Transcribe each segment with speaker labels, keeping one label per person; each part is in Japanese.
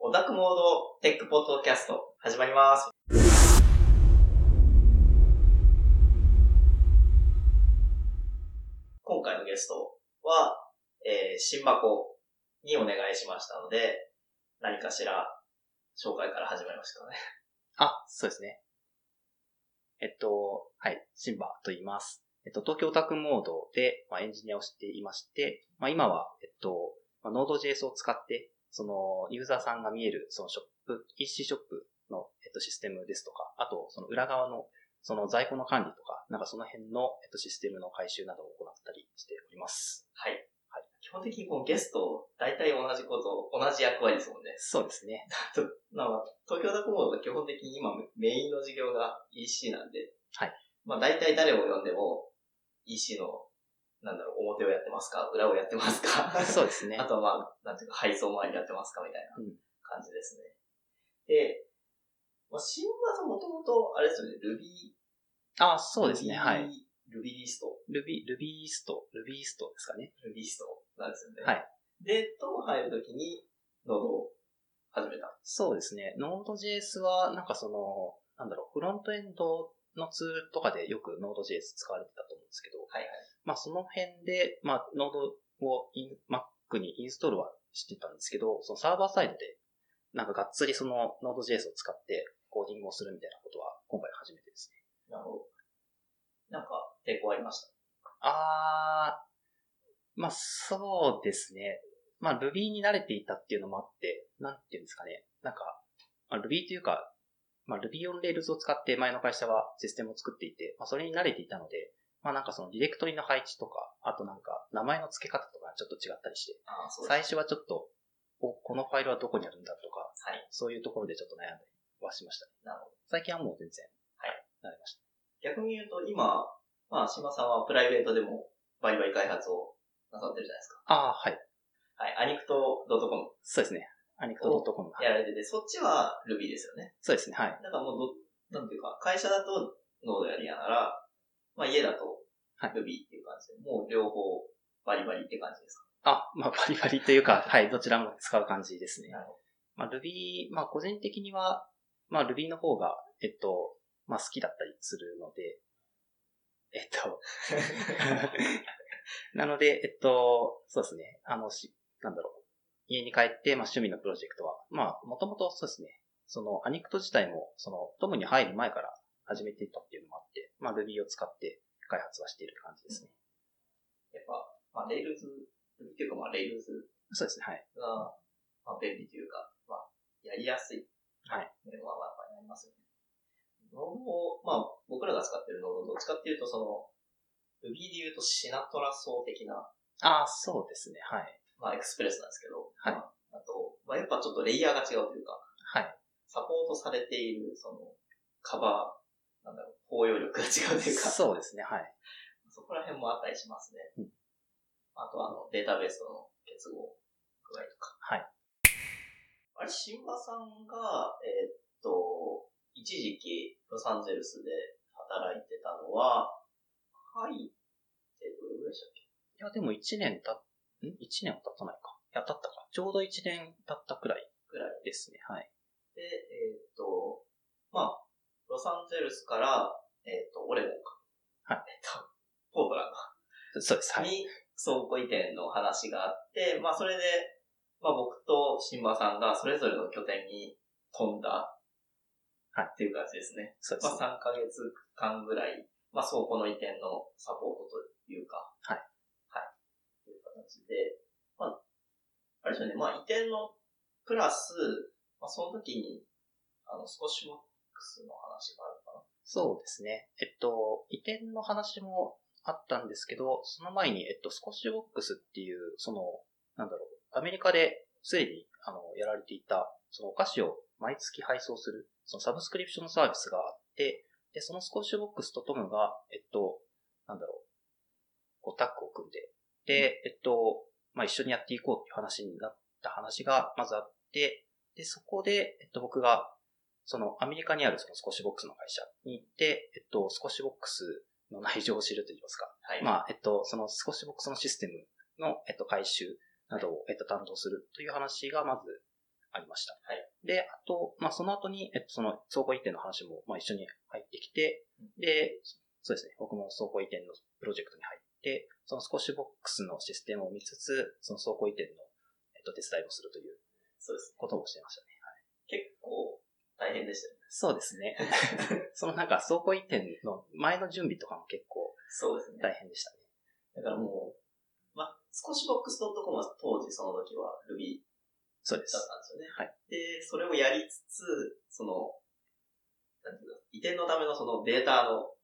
Speaker 1: オタクモードテックポッドキャスト始まります。今回のゲストは、えー、新箱にお願いしましたので、何かしら紹介から始まりましたね。
Speaker 2: あ、そうですね。えっと、はい、シンバと言います。えっと、東京オタクモードで、まあ、エンジニアをしていまして、まあ、今は、えっと、まあ、ノード JS を使って、その、ユーザーさんが見える、そのショップ、EC ショップの、えっと、システムですとか、あと、その裏側の、その在庫の管理とか、なんかその辺の、えっと、システムの回収などを行ったりしております。
Speaker 1: はい。基本的にこのゲスト、大体同じこと、同じ役割ですもんね。
Speaker 2: そうで すね。
Speaker 1: とまあ、東京ダコモードは基本的に今メインの事業が EC なんで、
Speaker 2: はい。
Speaker 1: まあ大体誰を呼んでも EC の、なんだろう、表をやってますか裏をやってますか
Speaker 2: そうですね
Speaker 1: あ。とはまあ、なんていうか配送周りやってますかみたいな
Speaker 2: うん
Speaker 1: 感じですね。で、まあ、新馬さんもともと、あれですよね、Ruby。
Speaker 2: あ、そうですね。
Speaker 1: Ruby-
Speaker 2: はい。
Speaker 1: Ruby リスト。
Speaker 2: Ruby、Ruby スト、Ruby ストですかね。
Speaker 1: Ruby リストなんですよね。
Speaker 2: はい。
Speaker 1: で、とも入るときに、ノードを始めた。
Speaker 2: そうですね。Node.js は、なんかその、なんだろう、フロントエンドのツールとかでよく Node.js 使われてたと思うんですけど、
Speaker 1: はいはい。
Speaker 2: まあその辺で、まあ Node をイン Mac にインストールはしてたんですけど、そのサーバーサイドで、なんかがっつりその Node.js を使ってコーディングをするみたいなことは今回初めてですね。
Speaker 1: なるほど。なんか、抵抗ありました。
Speaker 2: あー、まあそうですね。まあ Ruby に慣れていたっていうのもあって、なんていうんですかね。なんか、まあ、Ruby というか、まあ Ruby on Rails を使って前の会社はシステムを作っていて、まあそれに慣れていたので、まあなんかそのディレクトリの配置とか、あとなんか名前の付け方とかちょっと違ったりして、
Speaker 1: ああ、そ
Speaker 2: 最初はちょっと、お、このファイルはどこにあるんだとか、
Speaker 1: はい
Speaker 2: そういうところでちょっと悩んだりはしましたね。
Speaker 1: なるほど
Speaker 2: 最近はもう全然、
Speaker 1: はい
Speaker 2: 慣れました。
Speaker 1: 逆に言うと、今、まあ、島さんはプライベートでもバリバリ開発をなさってるじゃないです
Speaker 2: ああ、はい。
Speaker 1: か。はい。アニクト .com
Speaker 2: そうですね。アニクト .com が。
Speaker 1: やられてて、そっちは Ruby ですよね。
Speaker 2: そうですね、はい。
Speaker 1: だからもうど、なんていうか、会社だとノードやりながら、まあ、家だと
Speaker 2: はい
Speaker 1: Ruby っていう感じで、もう両方バリバリって感じですか。
Speaker 2: あ、まあ、バリバリというか、はい、どちらも使う感じですね
Speaker 1: なるほ。
Speaker 2: まあ、Ruby、まあ、個人的には、まあ、Ruby の方が、えっと、まあ、好きだったりするので、えっと、 なので、えっと、そうですね、あの、し、なんだろう、家に帰って、まあ、趣味のプロジェクトは、まあ、もともとそうですね、その、アニクト自体も、その、トムに入る前から始めていたっていうのもあって、まあ、Ruby を使って開発はしている感じですね。
Speaker 1: やっぱ、まあ、Rails、Ruby っていうか、まあ、Rails
Speaker 2: そうですね、はい。
Speaker 1: が、まあ、便利というか、まあ、やりやすい。
Speaker 2: はい。
Speaker 1: 面は、まあ、やっぱりありますよね。ノードを、まあ、僕らが使ってるノード、どっちかっていうと、その、Ruby で言うとシナトラ層的な、
Speaker 2: ああ、そうですね、はい。
Speaker 1: まあ、エクスプレスなんですけど、
Speaker 2: はい
Speaker 1: まあ、あと、まあ、やっぱちょっとレイヤーが違うというか、
Speaker 2: はい。
Speaker 1: サポートされている、その、カバー、なんだろう、包容力が違うというか、
Speaker 2: そうですね、はい。
Speaker 1: そこら辺もあったりしますね。
Speaker 2: うん
Speaker 1: あと、あの、データベースとの結合具合とか。
Speaker 2: はい。
Speaker 1: あれ、新馬さんが、えーっと、一時期、ロサンゼルスで働いてたのは、はい、え、どれぐらいでしたっけ
Speaker 2: いや、でも1年た、ん ?1 年は経たないか。いや、経ったか。ちょうど1年経ったくらい
Speaker 1: ぐらい。
Speaker 2: ですね、はい。
Speaker 1: で、えーっと、まあ、ロサンゼルスから、えーっと、オレゴンか。。
Speaker 2: はい
Speaker 1: えーっと、ポートランド
Speaker 2: そうです、はい。
Speaker 1: に倉庫移転の話があって、まあそれで、まあ僕と新馬さんがそれぞれの拠点に飛んだ。
Speaker 2: はい
Speaker 1: っていう感じですね。
Speaker 2: そうで
Speaker 1: ますあ
Speaker 2: ね。
Speaker 1: 3ヶ月間ぐらい、まあ倉庫の移転のサポートというか。
Speaker 2: はい
Speaker 1: はい。という形で、まあ、あれですよね、まあ移転のプラス、まあその時に、あの、少しモックスの話があるかな。
Speaker 2: そうですね。えっと、移転の話もあったんですけど、その前に、えっと、スコッシュボックスっていう、その、なんだろう、アメリカですでに、あの、やられていた、そのお菓子を毎月配送する、そのサブスクリプションサービスがあって、で、そのスコッシュボックスとトムが、えっと、なんだろう、こうタッグを組んで、で、えっと、まあ、一緒にやっていこうっていう話になった話がまずあって、で、そこで、えっと、僕が、そのアメリカにあるそのスコッシュボックスの会社に行って、えっと、スコッシュボックスの内情を知るといいますか、
Speaker 1: はい。
Speaker 2: まあ、えっと、その少し僕そのシステムの、えっと、回収などを、えっと、担当するという話がまずありました。
Speaker 1: はい
Speaker 2: で、あと、まあ、その後に、えっと、その総合移転の話も、まあ、一緒に入ってきて、で、そうですね、僕も総合移転のプロジェクトに入って、その少しボックスのシステムを見つつ、その総合移転の、えっと、手伝いをするという
Speaker 1: そうです
Speaker 2: こともしてましたね。
Speaker 1: ね。結構大変でしたよね。
Speaker 2: そうで すね。そのなんか、総合移転の前の準備とかも結構
Speaker 1: そうですね。
Speaker 2: 大変でしたね。
Speaker 1: だからもう、まあ、少しボックス .com は当時その時は Ruby
Speaker 2: そうで
Speaker 1: だっ
Speaker 2: す。
Speaker 1: たんですよね。
Speaker 2: はい
Speaker 1: で、それをやりつつ、その、なんていうの、移転のためのそのデータの、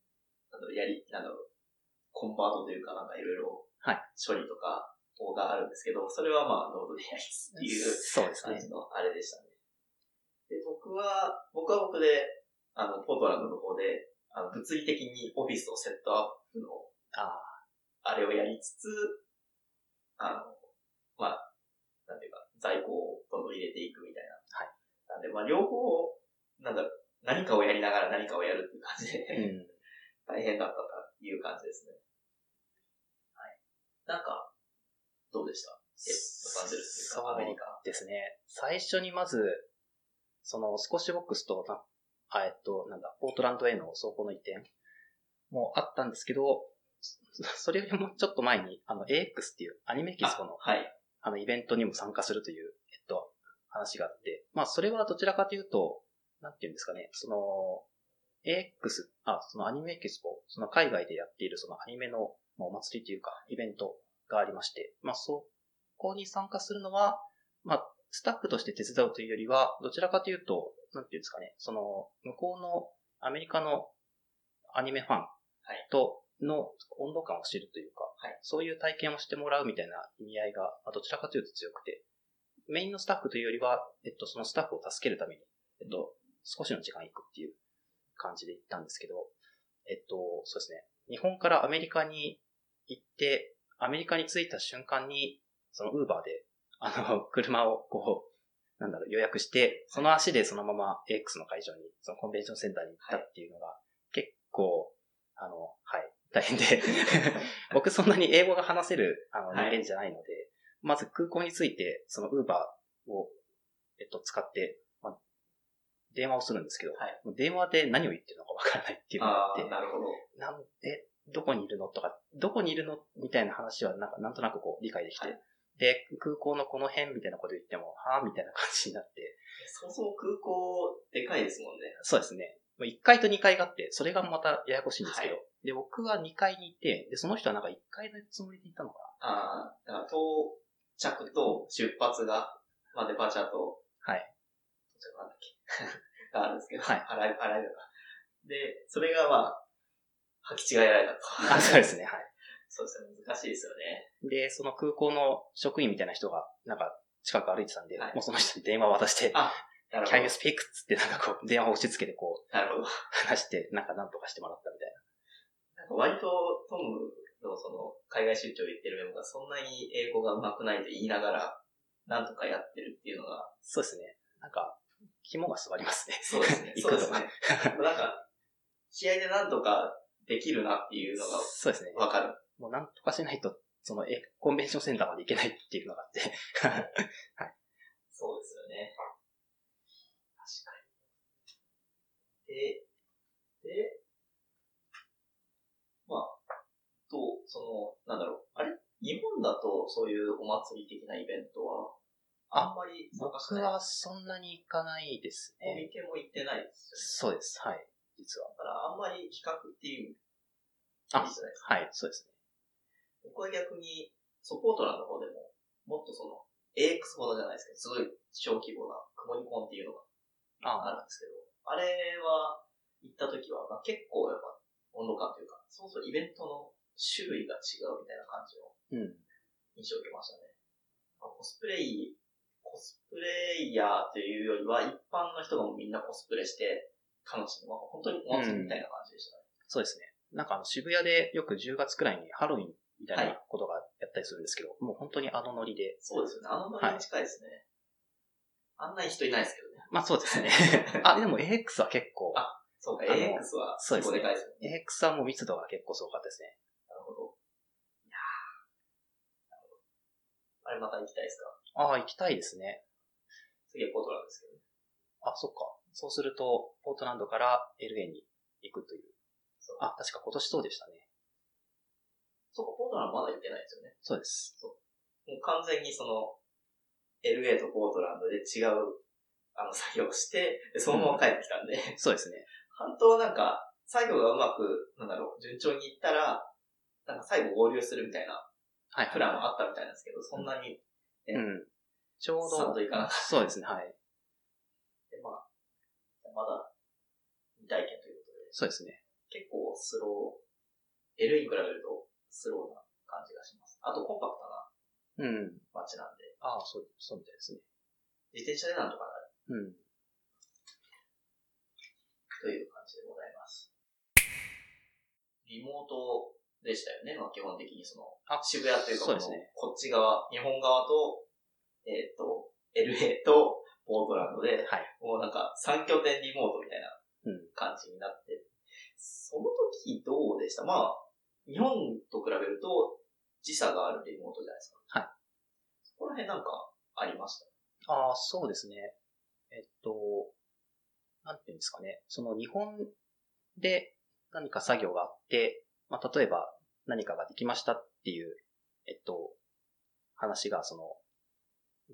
Speaker 1: あの、やり、あの、コンバートというかなんかいろいろ、
Speaker 2: はい
Speaker 1: 処理とか、オーダーあるんですけど、それはまあ、ノードでやりつつっていう
Speaker 2: そうです
Speaker 1: 感
Speaker 2: ね
Speaker 1: じ。のあれでしたね。で、僕は、僕は僕で、あの、ポートランドの方で、あの、物理的にオフィスのセットアップの
Speaker 2: あ
Speaker 1: あれをやりつつ、あの、まあ、なんていうか、在庫をどんどん入れていくみたいな。はい。なんで、まあ、両方、なんだろう、何かをやりながら何かをやるっていう感じで、
Speaker 2: あ、うん。
Speaker 1: 大変だったという感じですね。はい。なんか、どうでしたえロサンゼルスというか、アメリカ。
Speaker 2: ですね。最初にまず、その、少しボックスとな、あえっと、なんだ、ポートランドへの走行の移転もあったんですけど、そ それよりもちょっと前に、あの、AX っていうアニメキスコの、
Speaker 1: はい。
Speaker 2: あの、イベントにも参加するという、えっと、話があって、まあ、それはどちらかというと、なんていうんですかね、その、AX、あ、そのアニメエキスポ、その海外でやっているそのアニメのまあお祭りというか、イベントがありまして、まあ、そこに参加するのは、まあ、スタッフとして手伝うというよりは、どちらかというと、なんていうんですかね、その、向こうのアメリカのアニメファンとの温度感を知るというか、
Speaker 1: はい
Speaker 2: そういう体験をしてもらうみたいな意味合いが、まあどちらかというと強くて、メインのスタッフというよりは、えっと、そのスタッフを助けるために、えっと、少しの時間行くっていう感じで行ったんですけど、えっと、そうですね。日本からアメリカに行って、アメリカに着いた瞬間に、そのウーバーで、あの、 車をこう、なんだろう、予約して、その足でそのまま AX の会場に、そのコンベンションセンターに行ったっていうのが、結構、あの、はい、大変で、 僕そんなに英語が話せるあの
Speaker 1: はい
Speaker 2: 人間じゃないので、まず空港に着いて、そのウーバーを、えっと、使って、まあ、電話をするんですけど、
Speaker 1: はい
Speaker 2: もう電話で何を言ってるのかわからないっていうのがあ
Speaker 1: あ
Speaker 2: って
Speaker 1: あ、、なるほど。
Speaker 2: なんえ、どこにいるのとか、どこにいるのみたいな話はなんか、なんとなくこう理解できて、
Speaker 1: はい
Speaker 2: で、空港のこの辺みたいなこと言っても、はぁみたいな感じになって、
Speaker 1: そもそも空港、でかいですもんね。
Speaker 2: そうですね。まあ1階と2階があって、それがまたややこしいんですけど、
Speaker 1: は
Speaker 2: で、僕は2階にいて、で、その人はなんか1階のつもりでいたのか
Speaker 1: ああ、だから到着と出発が、まあデパーチャーと、
Speaker 2: はい。
Speaker 1: 到着なんだっけ があるんですけど、
Speaker 2: はい
Speaker 1: 洗い、洗いのが。で、それがまあ、履き違えられたと。
Speaker 2: な。あ、そうです
Speaker 1: ね。
Speaker 2: ね、はい。
Speaker 1: そうですね、難しいですよね。
Speaker 2: で、その空港の職員みたいな人が、なんか、近く歩いてたんで、
Speaker 1: はい
Speaker 2: もうその人に電話渡して、
Speaker 1: あ、なるほ
Speaker 2: Can you
Speaker 1: ど。
Speaker 2: speak? つってなんかこう、電話を押し付けてこう、
Speaker 1: なるほど。
Speaker 2: 話して、なんかなんとかしてもらったみたいな。
Speaker 1: なんか割とトムのその海外出張行ってるメンバーがそんなに英語が上手くないと言いながら、なんとかやってるっていうのが、
Speaker 2: そうですね。なんか、肝が座りますね。
Speaker 1: そうですね
Speaker 2: 。
Speaker 1: そ
Speaker 2: 行
Speaker 1: う
Speaker 2: く
Speaker 1: で
Speaker 2: と
Speaker 1: す
Speaker 2: か
Speaker 1: ね。なんか、気合でなんとかできるなっていうのが
Speaker 2: そうですね。
Speaker 1: わかる。
Speaker 2: もうなんとかしないと、その、え、コンベンションセンターまで行けないっていうのが あって。
Speaker 1: そうですよね。確かに。で、で、まあ、と、その、なんだろう。あれ日本だとそういうお祭り的なイベントは、あんまり参加し
Speaker 2: 僕
Speaker 1: ない。
Speaker 2: はそんなに行かないです
Speaker 1: コ
Speaker 2: ね。
Speaker 1: ミケも行ってないです
Speaker 2: そうです。はい。実は
Speaker 1: よ。。だからあんまり比較っていう
Speaker 2: あ
Speaker 1: 感じじゃないですか。
Speaker 2: はい、そうですね。
Speaker 1: 僕は逆に、ソポートランの方でも、もっとその、AX ほどじゃないですけど、すごい小規模な雲ニコンっていうのが
Speaker 2: あ
Speaker 1: あるんですけど、あれは行った時は、まあ、結構やっぱ温度感というか、そもそもイベントの種類が違うみたいな感じの
Speaker 2: うん。
Speaker 1: 印象を受けましたね。まあコスプレイ、コスプレイヤーというよりは、一般の人がもうみんなコスプレして楽しむ。まあ、本当にお祭りみたいな感じでしたね。
Speaker 2: そうですね。なんかあの渋谷でよく10月くらいにハロウィンみたい
Speaker 1: は
Speaker 2: ないことがやったりするんですけど、もう本当にあのノリで。
Speaker 1: そうですよね。あのノリに近いですね。あんなに人いないですけどね。
Speaker 2: まあそう ですね。あ、でも AX は結構、
Speaker 1: あそうか、
Speaker 2: あの
Speaker 1: AX は
Speaker 2: そうですね
Speaker 1: でかいですよね。
Speaker 2: AX はもう密度が結構すごかったですね。
Speaker 1: なるほど。いやーなるほどあれまた行きたいですか
Speaker 2: ああ、行きたいですね。
Speaker 1: 次はポートランドですけどね。
Speaker 2: あ、そっか。そうすると、ポートランドから LA に行くという。
Speaker 1: そう
Speaker 2: あ、確か今年そうでしたね。
Speaker 1: そうか、ポートランドまだ行ってないですよね。
Speaker 2: そうです。
Speaker 1: もう完全にその、LA とポートランドで違う、あの、作業をして、でそのまま帰ってきた んで、
Speaker 2: そうですね。
Speaker 1: 半島はなんか、作業がうまく、なんだろう、順調にいったら、なんか最後合流するみたいな
Speaker 2: はい、はい。
Speaker 1: プランはあったみたいなんですけど、そんなに、ね
Speaker 2: うん。ちょうど、
Speaker 1: サンドいかなかっ
Speaker 2: そうですね、はい。
Speaker 1: でまあ、まだ未体験ということで、
Speaker 2: そうですね。
Speaker 1: 結構スロー、LA に比べるとスローな感じがします。あとコンパクトな
Speaker 2: うん。
Speaker 1: 街なんで、
Speaker 2: ああ、そう、そうみたいですね。
Speaker 1: 自転車でなんとかなる
Speaker 2: うん。
Speaker 1: という感じでございます。リモートでしたよね、まあ基本的にその、
Speaker 2: あ
Speaker 1: 渋谷というか
Speaker 2: そうですね。
Speaker 1: このこっち側、日本側と、えっ、と、LA とポートランドで、
Speaker 2: はい。
Speaker 1: もうなんか3拠点リモートみたいな
Speaker 2: うん。
Speaker 1: 感じになって、その時どうでしたまあ、日本と比べると時差があるリモートじゃないですか。
Speaker 2: はい。
Speaker 1: そこら辺なんかありました。
Speaker 2: ああ、そうですね。えっと、なんていうんですかね。その日本で何か作業があって、まあ、例えば何かができましたっていう、えっと、話がその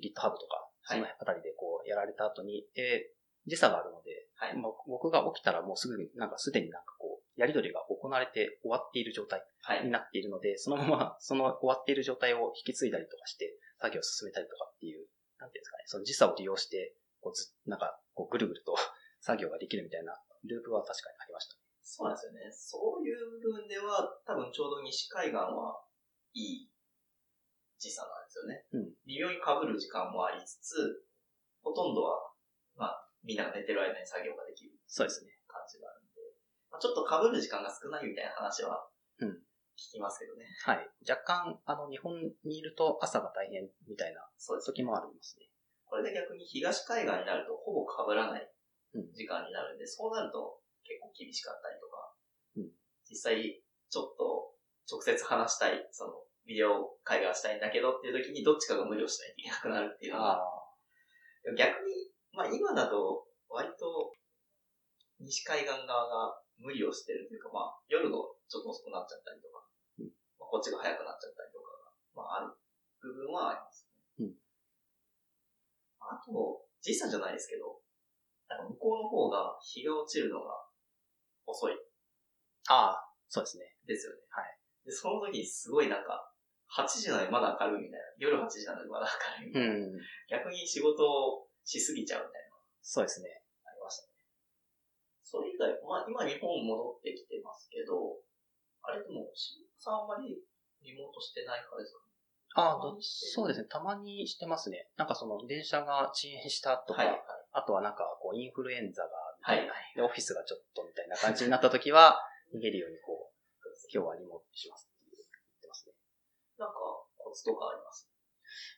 Speaker 2: GitHub とか、そのあたりでこうやられた後に、で、時差があるので、
Speaker 1: はい
Speaker 2: まあ僕が起きたらもうすぐになんかすでになんかこう、やりとりが行われて終わっている状態
Speaker 1: は
Speaker 2: に
Speaker 1: い。
Speaker 2: なっているので、そのまま、 その終わっている状態を引き継いだりとかして、作業を進めたりとかっていう、なんていうんですかね、その時差を利用して、こうず、なんか、こう、ぐるぐると 作業ができるみたいなループは確かにありました。
Speaker 1: そうなんですよね。そういう部分では、多分ちょうど西海岸はいい時差なんですよね。
Speaker 2: うん
Speaker 1: 微妙に被る時間もありつつ、ほとんどは、まあ、みんなが寝てる間に作業ができる
Speaker 2: そうですね。
Speaker 1: 感じがあるんで、まあ、ちょっと被る時間が少ないみたいな話は
Speaker 2: うん
Speaker 1: 聞きますけどね。
Speaker 2: はい。若干、あの、日本にいると朝が大変みたいな
Speaker 1: そうですね
Speaker 2: 時もありますね。
Speaker 1: これで逆に東海岸になるとほぼ被らない
Speaker 2: うん
Speaker 1: 時間になるんで、そうなると結構厳しかったりとか、
Speaker 2: うん
Speaker 1: 実際ちょっと直接話したい、そのビデオ会話したいんだけどっていう時にどっちかが無理をしないといけなくなるっていうのは、逆に、まあ今だと割と西海岸側が無理をしてるというか、まあ夜のちょっと遅くなっちゃったりとか、
Speaker 2: うん
Speaker 1: まあ、こっちが早くなっちゃったりとかが、まあある部分はありますね。
Speaker 2: うん
Speaker 1: あと、時差じゃないですけど、なんか向こうの方が日が落ちるのが遅い
Speaker 2: ああ、そうですね。
Speaker 1: ですよね。。
Speaker 2: はい
Speaker 1: で、その時にすごいなんか、8時なのにまだ明るいみたいな。夜8時なのにまだ明るいみたいな。
Speaker 2: うん。
Speaker 1: 逆に仕事をしすぎちゃうみたいな。
Speaker 2: そうですね。
Speaker 1: ありましたね。それ以外、まあ今日本戻ってきてますけど、あれでも、新さんあんまりリモートしてないからですかね
Speaker 2: ああ、
Speaker 1: たま
Speaker 2: ど
Speaker 1: にしてる
Speaker 2: そうですね。たまにしてますね。なんかその、電車が遅延したとか、
Speaker 1: はい、はい。
Speaker 2: あとはなんか、こう、インフルエンザが、
Speaker 1: はい、はい。
Speaker 2: で、オフィスがちょっとみたいな感じになった時 は、逃げるようにこう、今日はリモートしますって言ってますね。
Speaker 1: なんか、コツとかあります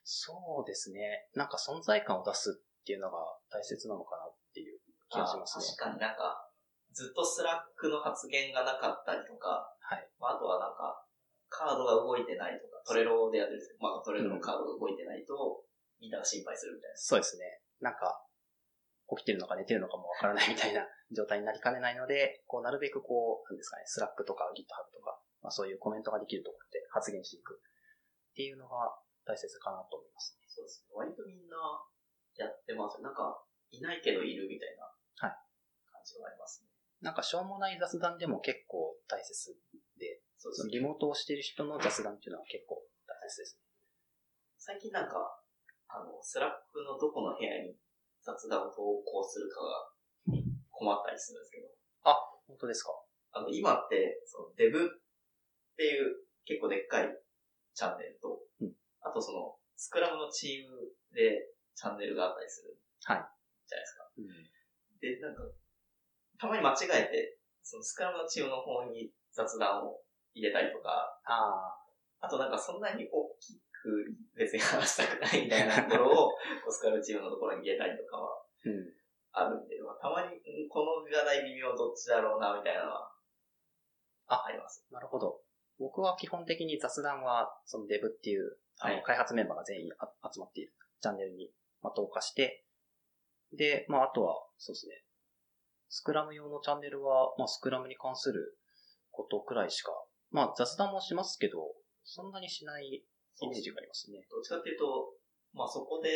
Speaker 2: そうですね。なんか存在感を出すっていうのが大切なのかなっていう気がしますね。
Speaker 1: あ確かになんか、ずっとスラックの発言がなかったりとか、
Speaker 2: はい。
Speaker 1: まあ、あとはなんか、カードが動いてないとか、トレロでやってるんですけど、まあトレロのカードが動いてないと、みんなが心配するみたいな。
Speaker 2: そうですね。なんか、起きてるのか寝てるのかもわからないみたいな 状態になりかねないので、こう、なるべくこう、なんですかね、スラックとか GitHub とか、まあそういうコメントができるところで発言していくっていうのが大切かなと思いますね。
Speaker 1: そうですね。割とみんなやってますよなんか、いないけどいるみたいな
Speaker 2: はい
Speaker 1: 感じがありますね。
Speaker 2: なんかしょうもない雑談でも結構大切で、
Speaker 1: そうです
Speaker 2: そ
Speaker 1: ね
Speaker 2: の。リモートをしている人の雑談っていうのは結構大切です
Speaker 1: 最近なんか、あの、スラックのどこの部屋に雑談を投稿するかが困ったりするんですけど、
Speaker 2: ね。本当ですか
Speaker 1: あの、今って、その、デブっていう結構でっかいチャンネルと、
Speaker 2: うん
Speaker 1: あとその、スクラムのチームでチャンネルがあったりする
Speaker 2: はい。
Speaker 1: じゃないですか。で、なん
Speaker 2: うん。
Speaker 1: か、たまに間違えて、その、スクラムのチームの方に雑談を入れたりとか、
Speaker 2: あ
Speaker 1: あとなんかそんなに大きく別に話したくないみたいなところを、オスカルチームのところに入れたりとかは
Speaker 2: ー。うん。
Speaker 1: あるんで、まあ、たまに、うんこの画題微妙どっちだろうな、みたいなのは、あ、あります。
Speaker 2: なるほど。僕は基本的に雑談は、そのデブっていう、あの、
Speaker 1: はい
Speaker 2: 開発メンバーが全員あ集まっているチャンネルに、まあ、投下して、で、まあ、あとは、そうですね。スクラム用のチャンネルは、まあ、スクラムに関することくらいしか、まあ、雑談もしますけど、そんなにしないイメージがありますね。
Speaker 1: どっちかっていうと、まあそこで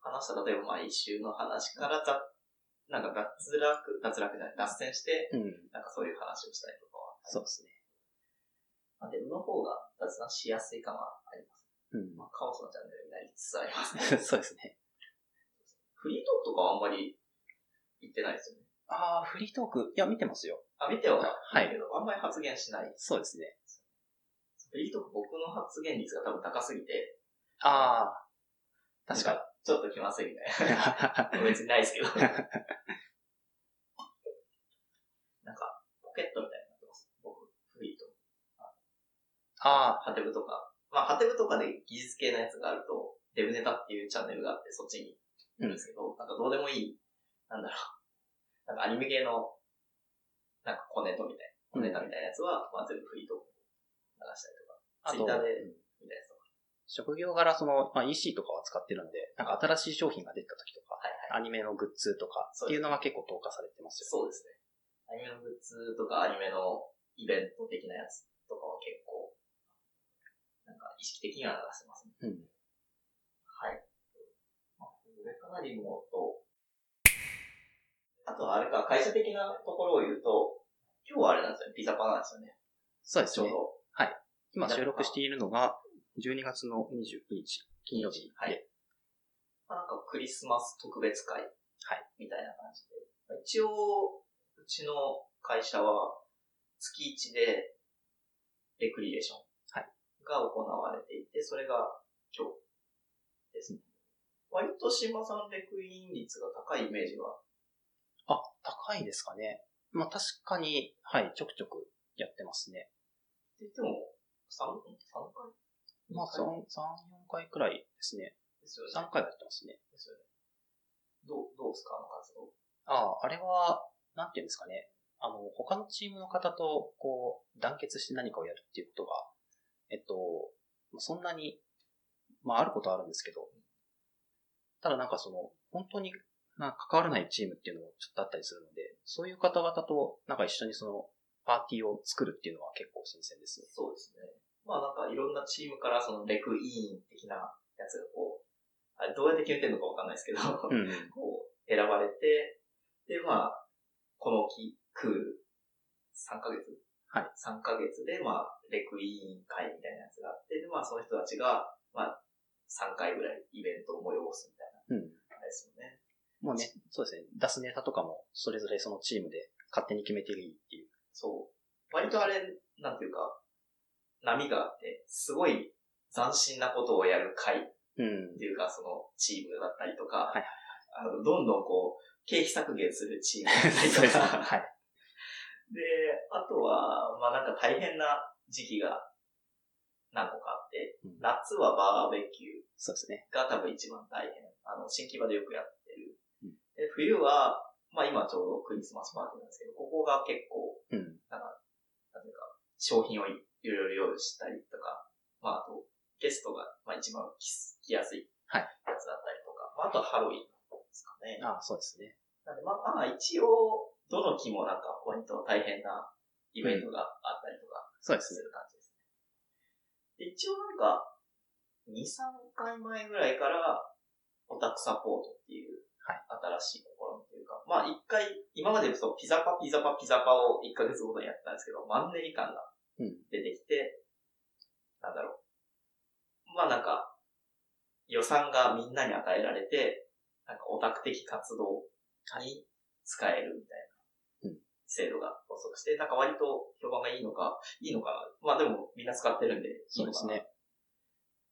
Speaker 1: 話した、例えばまあ一周の話からざ、なんか脱落、脱落じゃない、脱線して、
Speaker 2: うん。
Speaker 1: なんかそういう話をしたりとかは。
Speaker 2: そうですね。
Speaker 1: まあデブの方が雑談しやすい感はあります。
Speaker 2: うん。
Speaker 1: まあカオスのチャンネルになりつつありますね。
Speaker 2: そうですね。
Speaker 1: フリートークとかはあんまり言ってないですよね。
Speaker 2: ああ、フリートーク。いや、見てますよ。
Speaker 1: あ、見ては
Speaker 2: は
Speaker 1: い
Speaker 2: い
Speaker 1: るけど、あんまり発言しない。
Speaker 2: そうですね。
Speaker 1: フリートーク僕の発言率が多分高すぎて、
Speaker 2: ああ、確かに。
Speaker 1: ちょっと気まずいみたいな。別にない ですけど。なんか、ポケットみたいになってます。僕、フリートーク
Speaker 2: ああ、
Speaker 1: ハテブとか。まあ、ハテブとかで技術系のやつがあると、デブネタっていうチャンネルがあって、そっちに行くんですけど、なんかどうでもいい、なんだろう。なんかアニメ系の、なんか小ネタみたいな、小ネタみたいなやつは、まあ全部フリートーク流したりとか、ツイッ
Speaker 2: あと
Speaker 1: タ、ーでみたいなやつとか。
Speaker 2: 職業柄その、まあ、EC とかは使ってるんで、なんか新しい商品が出た時とか、
Speaker 1: はいはい。
Speaker 2: アニメのグッズとかっていうのが結構投下されてます
Speaker 1: そう
Speaker 2: よね。
Speaker 1: ですね。アニメのグッズとかアニメのイベント的なやつとかは結構、なんか意識的には流してますね。
Speaker 2: うん。
Speaker 1: はい。まあ、これかなりもと、あとはあれか、会社的なところを言うと、今日はあれなんですよね、ピザパンなんですよね。
Speaker 2: そうです
Speaker 1: ちょう
Speaker 2: ね
Speaker 1: ど。。
Speaker 2: 今収録しているのが、12月の29日、金曜日で。
Speaker 1: はいまあ、なんかクリスマス特別会。みたいな感じで。まあ一応、うちの会社は、月1で、レクリエーション。
Speaker 2: はい
Speaker 1: が行われていて、それが今日ですね。割と島さんレクイン率が高いイメージが
Speaker 2: あ、高いですかね。まあ確かに、はい、ちょくちょくやってますね。
Speaker 1: って言っても、3、三回
Speaker 2: まあ3、3、4回くらいですね。
Speaker 1: ですよね。
Speaker 2: 3回はやってますね。
Speaker 1: ですよね。どう、どうですかあの活動。
Speaker 2: ああ、あれは、なんていうんですかね。あの、他のチームの方と、こう、団結して何かをやるっていうことが、えっと、そんなに、まあ、あることはあるんですけど、ただなんかその、本当に、なんか関わらないチームっていうのもちょっとあったりするので、そういう方々と、なんか一緒にその、パーティーを作るっていうのは結構新鮮ですね。
Speaker 1: そうですね。まあなんかいろんなチームからそのレクイーン的なやつがこう、あれどうやって決めてるのかわかんないですけど、
Speaker 2: うん。
Speaker 1: こう、選ばれて、で、まあ、この期、クール、3ヶ月
Speaker 2: はい。
Speaker 1: 3ヶ月で、まあ、レクイーン会みたいなやつがあって、で、まあ、その人たちが、まあ、3回ぐらいイベントを催すみたい
Speaker 2: うん。
Speaker 1: な、あれですよね。
Speaker 2: もうね、そうですね。出すネタとかも、それぞれそのチームで勝手に決めていいっていう。
Speaker 1: そう。割とあれ、なんていうか、波があって、すごい斬新なことをやる会
Speaker 2: うん
Speaker 1: っていうか、そのチームだったりとか、
Speaker 2: はいはい
Speaker 1: あのどんどんこう、経費削減するチームだったり
Speaker 2: そう
Speaker 1: と
Speaker 2: です
Speaker 1: か、
Speaker 2: ね。はい。
Speaker 1: で、あとは、まあなんか大変な時期が何個かあって、
Speaker 2: うん
Speaker 1: 夏はバーベキュー、
Speaker 2: そうですね。
Speaker 1: が多分一番大変。あの、新木場でよくやってる。
Speaker 2: うん
Speaker 1: で冬は、まあ今ちょうどクリスマスパーティーなんですけど、ここが結構、
Speaker 2: うん。
Speaker 1: なんていうか、商品をいいろいろ用意したりとか、まああと、ゲストが、まあ一番来す来やすい
Speaker 2: は
Speaker 1: や
Speaker 2: い
Speaker 1: つだったりとか、まああとはハロウィンですかね。
Speaker 2: ああ、そうですね。
Speaker 1: なんでまあ、まあ一応、どの木もなんかポイント大変なイベントがあったりとか、
Speaker 2: そうです
Speaker 1: す
Speaker 2: ね。
Speaker 1: る感じですね。で、一応なんか、2、3回前ぐらいから、オタクサポートっていう、
Speaker 2: はい
Speaker 1: 新しい試みというか、まあ一回、今までそう、ピザパ、ピザパ、ピザパを1ヶ月ごとにやってたんですけど、マンネリ感が
Speaker 2: うん
Speaker 1: 出てきて、なんだろう。まあなんか、予算がみんなに与えられて、なんかオタク的活動に使えるみたいな
Speaker 2: うん
Speaker 1: 制度が発足して、なんか割と評判がいいのか、いいのかな。まあでもみんな使ってるんで、いい
Speaker 2: そう
Speaker 1: のか
Speaker 2: で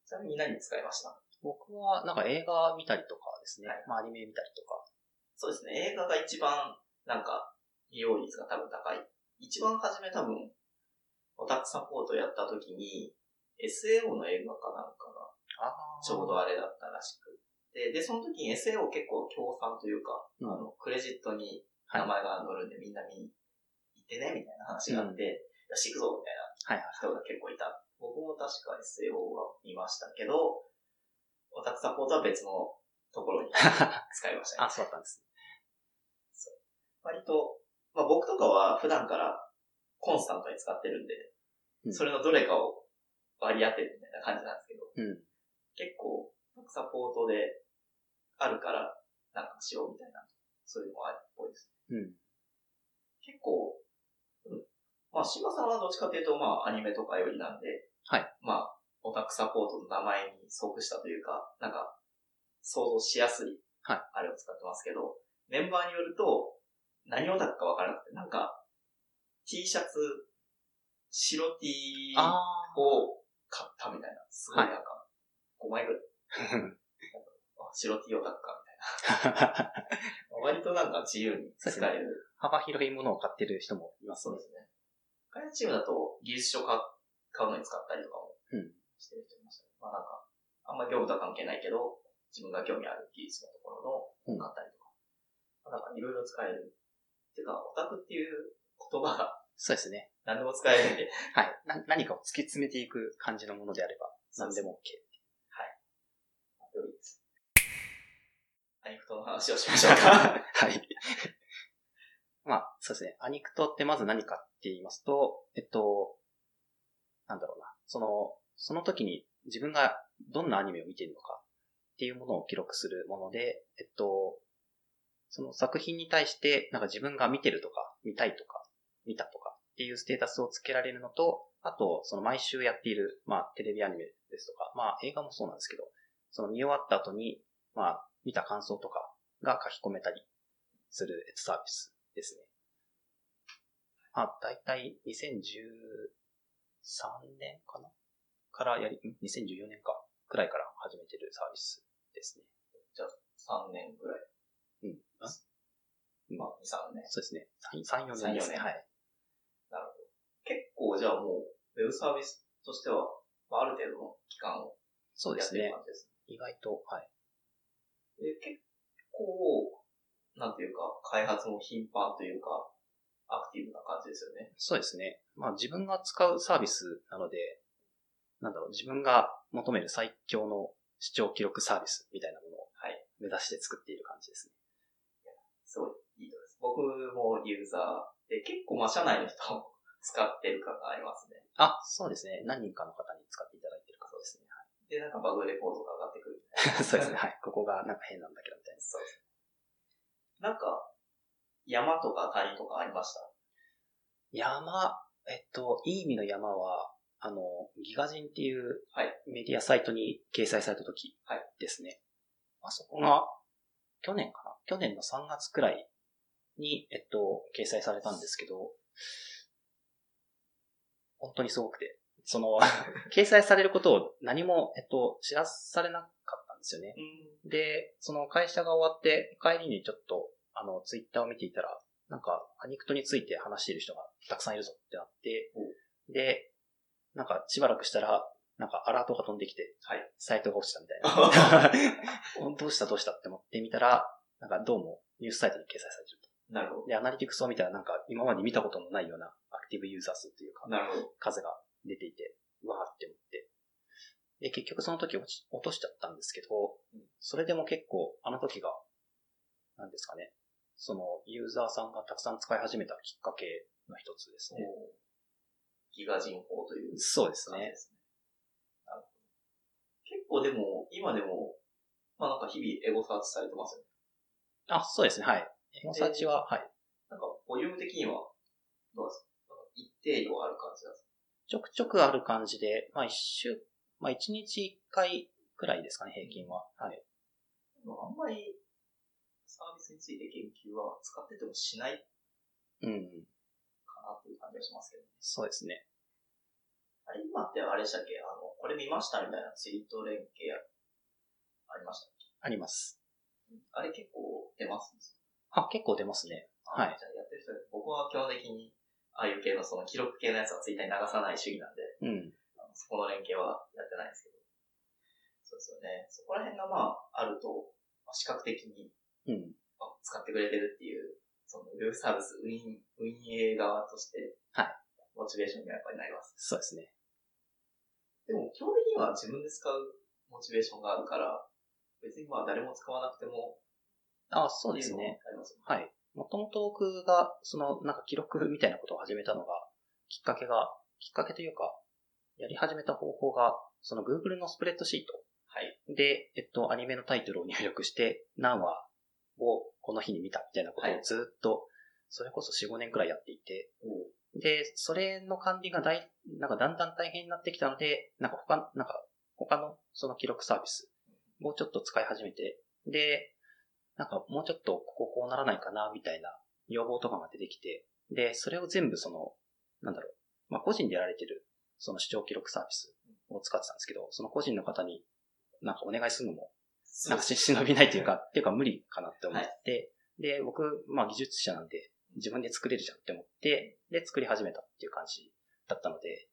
Speaker 2: す
Speaker 1: な。
Speaker 2: ね。
Speaker 1: ちなみに何使いました
Speaker 2: 僕は、なんか映画見たりとかですね。
Speaker 1: はい
Speaker 2: まあアニメ見たりとか。
Speaker 1: そうですね。映画が一番、なんか、利用率が多分高い。一番初め多分、オタクサポートやった時に、SAO の映画かなんかが、
Speaker 2: ああ。
Speaker 1: ちょうどあれだったらしくて。で、その時に SAO 結構協賛というか、
Speaker 2: うん
Speaker 1: あの、クレジットに名前が載るんで、みんな見に行ってね、みたいな話があって、よし行くぞ、みたいな
Speaker 2: はいはい。
Speaker 1: 人が結構いた。僕も確か SAO は見ましたけど、オタクサポートは別のところに使いま したね。
Speaker 2: あ、そうだったんです。
Speaker 1: 割と、まあ僕とかは普段からコンスタントに使ってるんで、
Speaker 2: うん
Speaker 1: それのどれかを割り当てるみたいな感じなんですけど、
Speaker 2: うん。
Speaker 1: 結構、サポートであるから、なんかしようみたいな、そういうのもあるっぽいです。
Speaker 2: うん。
Speaker 1: 結構、うん、まあ、島さんはどっちかというと、まあ、アニメとかよりなんで、
Speaker 2: はい。
Speaker 1: まあ、オタクサポートの名前に即したというか、なんか、想像しやすい、
Speaker 2: はい。
Speaker 1: あれを使ってますけど、メンバーによると、何オタクかわからなくて、なんか、T シャツ、白 T
Speaker 2: あ
Speaker 1: を買ったみたいな、すごいなんか、5枚ぐらい
Speaker 2: ー。
Speaker 1: あ白 T オタクか、みたいな。割となんか自由に使える。
Speaker 2: 幅広いものを買ってる人もいます
Speaker 1: そう
Speaker 2: ね
Speaker 1: で。すね。開発チームだと技術書買う買うのに使ったりとかも
Speaker 2: うん
Speaker 1: してる人いましたね。まあなんか、あんま業務とは関係ないけど、自分が興味ある技術のところの
Speaker 2: うん
Speaker 1: 本買ったりとか。まあなんかいろいろ使える。てか、オタクっていう言葉が
Speaker 2: そうですね。
Speaker 1: 何でも使えるんで。
Speaker 2: はい。な何かを突き詰めていく感じのものであれば、何でも OK。
Speaker 1: よりアニフトの話をしましょうか。
Speaker 2: はい。まあ、そうですね。アニクトってまず何かって言いますと、えっと、なんだろうな。その、その時に自分がどんなアニメを見ているのかっていうものを記録するもので、えっと、その作品に対して、なんか自分が見てるとか、見たいとか、見たとかっていうステータスをつけられるのと、あと、その毎週やっている、まあ、テレビアニメですとか、まあ、映画もそうなんですけど、その見終わった後に、まあ、見た感想とかが書き込めたりするえっとサービスですね。まあ、だいたい2013年かなからやり、ん ?2014 年かくらいから始めてるサービスですね。
Speaker 1: 3年ぐらい。
Speaker 2: うん。
Speaker 1: まあ、2、3年。
Speaker 2: そうですね。3、4年ですね。
Speaker 1: 3 4年
Speaker 2: はい。
Speaker 1: 結構じゃあもう、ウェブサービスとしては、まあ、ある程度の期間を
Speaker 2: そうで
Speaker 1: やっ
Speaker 2: す
Speaker 1: てる
Speaker 2: ね。
Speaker 1: 感じです。
Speaker 2: 意外と、はい。
Speaker 1: で結構、なんていうか、開発も頻繁というか、アクティブな感じですよね。
Speaker 2: そうですね。まあ自分が使うサービスなので、なんだろう、自分が求める最強の視聴記録サービスみたいなものを
Speaker 1: はい
Speaker 2: 目指して作っている感じですね。
Speaker 1: すごいいいと思います。僕もユーザーで、結構まあ、社内の人も使ってる感がありますね。
Speaker 2: あ、そうですね。何人かの方に使っていただいている方ですね。
Speaker 1: で、なんかバグレポートが上がってくるみたいな。
Speaker 2: そうですね。はい。ここがなんか変なんだけどみたいな。
Speaker 1: そうですね。なんか、山とか谷とかありました
Speaker 2: 山、えっと、いい意味の山は、あの、ギガ人っていう
Speaker 1: はい
Speaker 2: メディアサイトに掲載された時
Speaker 1: はい
Speaker 2: ですね。まあそこが、去年かな去年の3月くらいに、えっと、掲載されたんですけど、本当にすごくて、その、掲載されることを何も、えっと、知らされなかったんですよね。
Speaker 1: うん。
Speaker 2: で、その会社が終わって、帰りにちょっと、あの、ツイッターを見ていたら、なんか、アニクトについて話している人がたくさんいるぞってなって、で、なんか、しばらくしたら、なんか、アラートが飛んできて、
Speaker 1: はい。
Speaker 2: サイトが落ちたみ たいな。どうしたどうしたって思ってみたら、なんか、どうも、ニュースサイトに掲載されてる
Speaker 1: なるほ
Speaker 2: と。で、アナリティクスを見たら、なんか、今まで見たことのないようなアクティブユーザー数というか
Speaker 1: ど。、なるほど。
Speaker 2: 風が出ていて、うわーって思って。で、結局その時落ち落としちゃったんですけど、それでも結構あの時が、なんですかね、そのユーザーさんがたくさん使い始めたきっかけの一つですね。
Speaker 1: おーギガ人法という。
Speaker 2: そうですね。
Speaker 1: なるほど結構でも、今でも、まあなんか日々エゴサーチされてますよね。
Speaker 2: あ、そうですね、はい。エゴサーチは、はい。
Speaker 1: なんか、ボリューム的には、どうですかなんか一定量ある感じなんです
Speaker 2: ちょくちょくある感じで、まあ一週、まあ一日一回くらいですかね、平均は。はい。
Speaker 1: かでもあんまり、サービスについて研究は使っててもしない
Speaker 2: うん。
Speaker 1: かなという感じがしますけど。
Speaker 2: そうですね。
Speaker 1: あれ、今ってあれでしたっけあの、これ見ましたみたいなツイート連携ありましたっけ
Speaker 2: あります。
Speaker 1: あれ結構出ますね
Speaker 2: あ、結構出ますね。はい
Speaker 1: じゃあやってる人、僕は基本的に、ああいう系のその記録系のやつはツイッターに流さない主義なんで、
Speaker 2: うん。
Speaker 1: あのそこの連携はやってないんですけど。そうですよね。そこら辺がまあ、あると、まあ、視覚的に
Speaker 2: うん。
Speaker 1: まあ使ってくれてるっていう、そのウェブサービス運営運営側として、
Speaker 2: はい
Speaker 1: モチベーションにはやっぱりなります。
Speaker 2: そうですね。
Speaker 1: でも、基本的には自分で使うモチベーションがあるから、別にまあ誰も使わなくても、
Speaker 2: あ、そうです
Speaker 1: っ
Speaker 2: ね。
Speaker 1: ていうのもありますよ。
Speaker 2: はい。もともと僕が、その、なんか記録みたいなことを始めたのが、きっかけが、きっかけというか、やり始めた方法が、その Google のスプレッドシートで、えっと、アニメのタイトルを入力して、何話をこの日に見たみたいなことをずっと、それこそ4、5年くらいやっていて、
Speaker 1: おう
Speaker 2: で、それの管理がだい、なんかだんだん大変になってきたので、なんか他、なんか他のその記録サービスをちょっと使い始めて、で、なんかもうちょっとこここうならないかな、みたいな要望とかが出てきて、で、それを全部その、なんだろう、まあ個人でやられてる、その視聴記録サービスを使ってたんですけど、その個人の方になんかお願いするのもなんかし 忍びないというか、っていうか無理かなって思って、で、僕、まあ技術者なんで、自分で作れるじゃんって思って、で、作り始めたっていう感じだったので、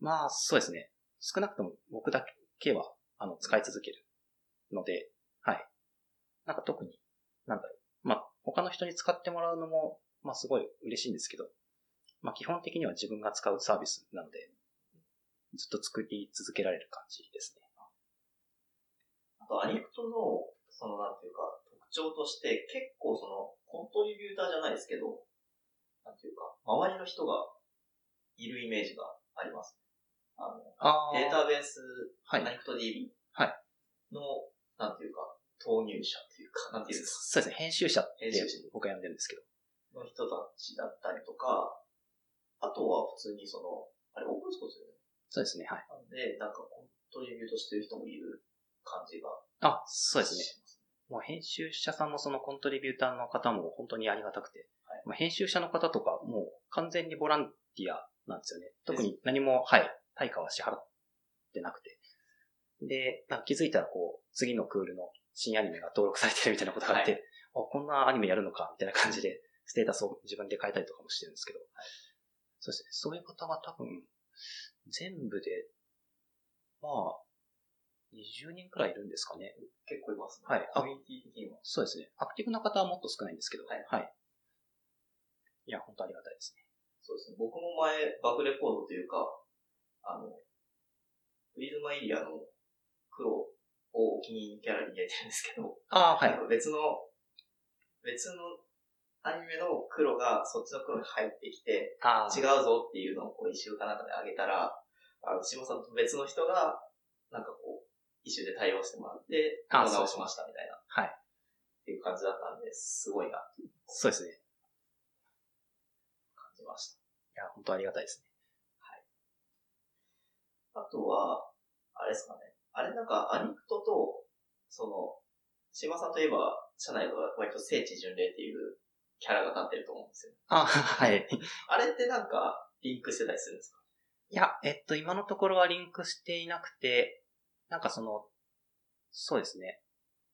Speaker 2: まあそうですね、少なくとも僕だけは、あの、使い続けるので、はい。なんか特に、なんだろう、まあ他の人に使ってもらうのも、まあすごい嬉しいんですけど、まあ基本的には自分が使うサービスなので、ずっと作り続けられる感じですね。
Speaker 1: あと、アニクトの、その、なんていうか、特徴として、結構その、コントリビューターじゃないですけど、なんていうか、周りの人がいるイメージがあります。あの、
Speaker 2: あ
Speaker 1: データベース、
Speaker 2: はい
Speaker 1: アニクト DB
Speaker 2: はい
Speaker 1: の、なんていうか、投入者っていうか、なん ていうんですか、
Speaker 2: そうですね、編集者って
Speaker 1: 編集者
Speaker 2: 僕は呼んでるんですけど。
Speaker 1: の人たちだったりとか、あとは普通にその、あれ、オープンソースよね。
Speaker 2: そうですね、はい。
Speaker 1: なんで、なんかコントリビュートしてる人もいる感じが
Speaker 2: あ、そうですね。
Speaker 1: します。
Speaker 2: もう編集者さんのそのコントリビューターの方も本当にありがたくて、
Speaker 1: はい
Speaker 2: まあ編集者の方とかもう完全にボランティアなんですよね。特に何も、はい、対価は支払ってなくて。で、なんか気づいたらこう、次のクールの新アニメが登録されてるみたいなことがあって、
Speaker 1: は
Speaker 2: あこんなアニメやるのか、みたいな感じで、ステータスを自分で変えたりとかもしてるんですけど、そうですね、そういう方は多分、全部で、まあ、20人くらいいるんですかね。
Speaker 1: 結構いますね。
Speaker 2: はい
Speaker 1: コミュニティ的には。
Speaker 2: そうですね。アクティブな方はもっと少ないんですけど。
Speaker 1: はい
Speaker 2: はい。いや、本当ありがたいですね。
Speaker 1: そうですね。僕も前、バグレポートというか、あの、プリズマエリアの黒をお気に入りキャラに入れてるんですけど、
Speaker 2: ああ、は
Speaker 1: あ
Speaker 2: い。
Speaker 1: の別の、別のアニメの黒がそっちの黒に入ってきて、
Speaker 2: あ
Speaker 1: 違
Speaker 2: 違う。
Speaker 1: うぞっていうのをこう一周かなんかであげたら、あの、下さんと別の人が、なんかこう、一周で対応してもらって、
Speaker 2: あ
Speaker 1: 直しましたみたいな、っ
Speaker 2: はい。
Speaker 1: ていう感じだったんで、すごいなって
Speaker 2: そうですね。い
Speaker 1: 感じました。
Speaker 2: や、本当ありがたいですね。
Speaker 1: あとは、あれですかね。あれなんか、アニクトと、その、島さんといえば、社内は割と聖地巡礼っていうキャラが立ってると思うんですよ。
Speaker 2: ああ、はい。
Speaker 1: あれってなんか、リンクしてたりするんですか
Speaker 2: いや、えっと、今のところはリンクしていなくて、なんかその、そうですね。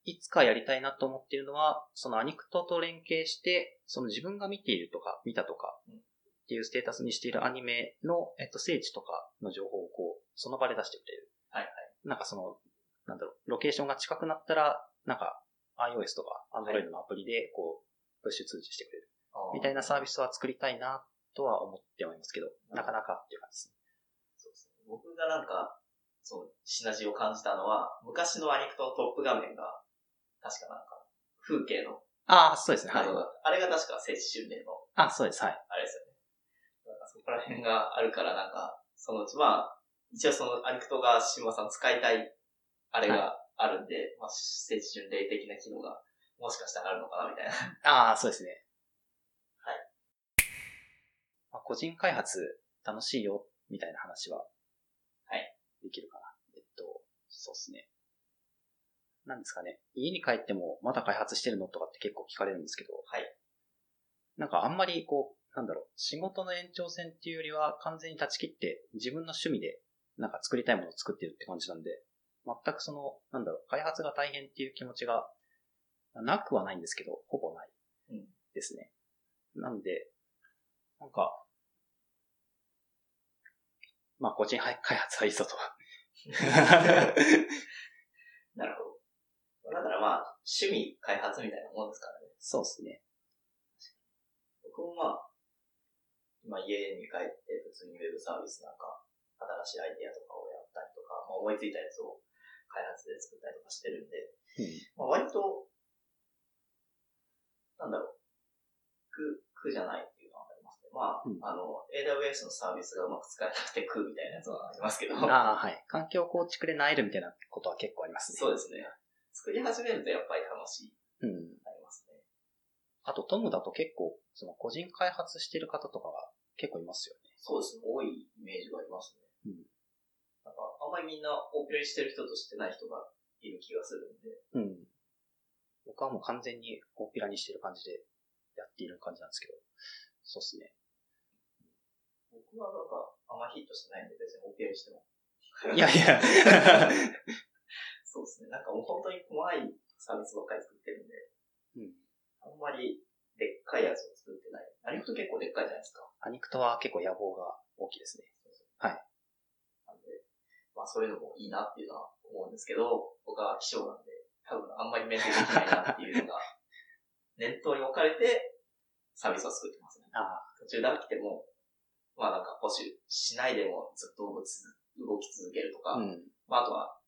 Speaker 2: いつかやりたいなと思っているのは、そのアニクトと連携して、その自分が見ているとか、見たとか
Speaker 1: うん、
Speaker 2: っていうステータスにしているアニメの、えっと、聖地とかの情報をこう、その場で出してくれる。
Speaker 1: はいはい。
Speaker 2: なんかその、なんだろう、ロケーションが近くなったら、なんか iOS とか Android のアプリで、こう、プッシュ通知してくれる。みたいなサービスは作りたいなとは思ってはいますけど、なかなかっていう感じですね。
Speaker 1: そうですね。僕がなんか、そう、シナジーを感じたのは、昔のアニクトのトップ画面が、確かなんか、風景の
Speaker 2: ああ、そうですね。は
Speaker 1: 画
Speaker 2: い
Speaker 1: 像。が、あれが確か聖地巡礼の
Speaker 2: あそうです。はい。
Speaker 1: あれですよね。なんかそこら辺があるから、なんか、そのうち、まあ、一応そのアニクトが島さん使いたい、あれがあるんで、まあ、聖地巡礼的な機能が、もしかしたらあるのかな、みたいな。
Speaker 2: ああ、そうですね。
Speaker 1: はい。
Speaker 2: まあ、個人開発楽しいよ、みたいな話は、
Speaker 1: はい。
Speaker 2: できるかな。えっと、そうですね。なんですかね。家に帰ってもまだ開発してるのとかって結構聞かれるんですけど、
Speaker 1: はい。
Speaker 2: なんかあんまりこう、なんだろう、仕事の延長線っていうよりは完全に断ち切って自分の趣味でなんか作りたいものを作ってるって感じなんで、全くその、なんだろう、開発が大変っていう気持ちがなくはないんですけど、ほぼない
Speaker 1: うん
Speaker 2: ですね。なんで、なんか、まあ、個人開発はいいぞと。
Speaker 1: なるほど。だからまあ、趣味開発みたいなもんですからね。
Speaker 2: そうですね。
Speaker 1: 僕もまあ、今家に帰って普通にウェブサービスなんか、新しいアイディアとかをやったりとか、まあ、思いついたやつを開発で作ったりとかしてるんで、
Speaker 2: うん
Speaker 1: まあ、割と、なんだろう、苦、苦じゃないっていうのはありますね。まあ、
Speaker 2: うん
Speaker 1: あの、AWS のサービスがうまく使えなくて苦みたいなやつはありますけど、
Speaker 2: ああ、はい。環境構築で萎えるみたいなことは結構ありますね。
Speaker 1: そうですね。作り始めるとやっぱり楽しい、
Speaker 2: うん。
Speaker 1: なりますね。
Speaker 2: あと、トムだと結構、その個人開発してる方とかが結構いますよね。
Speaker 1: そうですね。多いイメージがありますね。
Speaker 2: うん
Speaker 1: なんか、あんまりみんなオペレしてる人としてない人がいる気がするんで、
Speaker 2: うん。僕はもう完全に大っぴらにしてる感じでやっている感じなんですけど。そうですね。
Speaker 1: 僕はなんか、あんまヒットしてないんで別にオペレしても。
Speaker 2: いやいや
Speaker 1: そうですね。なんかもう本当に怖いサービスばっかり作ってるんで、
Speaker 2: うん。
Speaker 1: あんまりでっかいやつを作ってない。あれと結構でっかいじゃないですか。
Speaker 2: アニクトは結構野望が大きいですね。
Speaker 1: なんで、まあそういうのもいいなっていうのは思うんですけど、僕は気象なんで、多分あんまり面接できないなっていうのが、念頭に置かれて、サービスを作ってますね。
Speaker 2: ああ、
Speaker 1: 途中で飽きても、まあなんか保守しないでもずっと動き続動き続けるとか、
Speaker 2: うん。
Speaker 1: まああとは、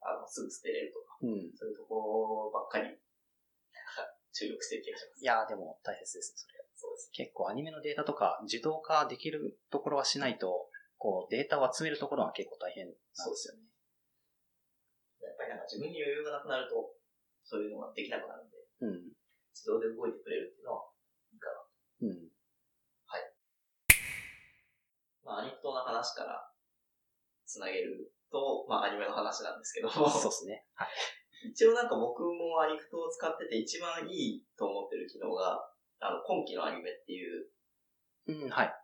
Speaker 1: あの、すぐ捨てれるとか、
Speaker 2: うん。
Speaker 1: そういうところばっかり、なんか注力してる気がします。
Speaker 2: いやーでも大切ですね、それ。
Speaker 1: そうです。
Speaker 2: 結構アニメのデータとか自動化できるところはしないと、こうデータを集めるところは結構大変なんですよね。
Speaker 1: やっぱりなんか自分に余裕がなくなると、そういうのができなくなるんで、
Speaker 2: うん。
Speaker 1: 自動で動いてくれるっていうのは、いいかな。
Speaker 2: うん。
Speaker 1: まあ、アニクトの話から、つなげると、まあ、アニメの話なんですけど、
Speaker 2: そうですね。はい。
Speaker 1: 一応なんか僕もアニクトを使ってて一番いいと思ってる機能が、あの、今期のアニメっていう、
Speaker 2: うん、はい。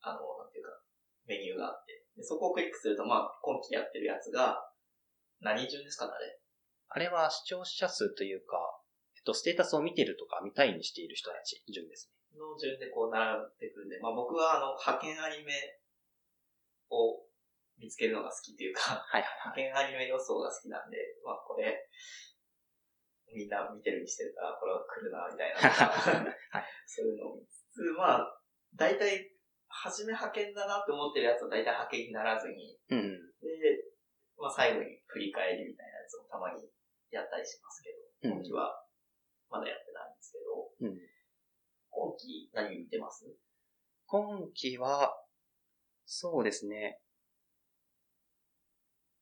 Speaker 1: あの、なんていうか、メニューがあって、でそこをクリックすると、まあ、今期やってるやつが、何順ですかね、あれ。
Speaker 2: あれは視聴者数というか、えっと、ステータスを見てるとか、見たいにしている人たち、順です
Speaker 1: の順でこう並んでくるんで、まあ僕はあの、派遣アニメを見つけるのが好きというか
Speaker 2: ね。、はいはいはい。
Speaker 1: 派遣アニメ予想が好きなんで、まあこれ、みんな見てるにしてるから、これは来るな、みたいな。
Speaker 2: はい
Speaker 1: そういうのを見つつ、まあ、大体、初め派遣だなって思ってるやつは大体派遣にならずに、
Speaker 2: うん。
Speaker 1: で、まあ最後に振り返りみたいなやつをたまにやったりしますけど、
Speaker 2: うん
Speaker 1: 今期はまだやってないんですけど、
Speaker 2: うん、
Speaker 1: 今期何見てます
Speaker 2: 今期は、そうですね。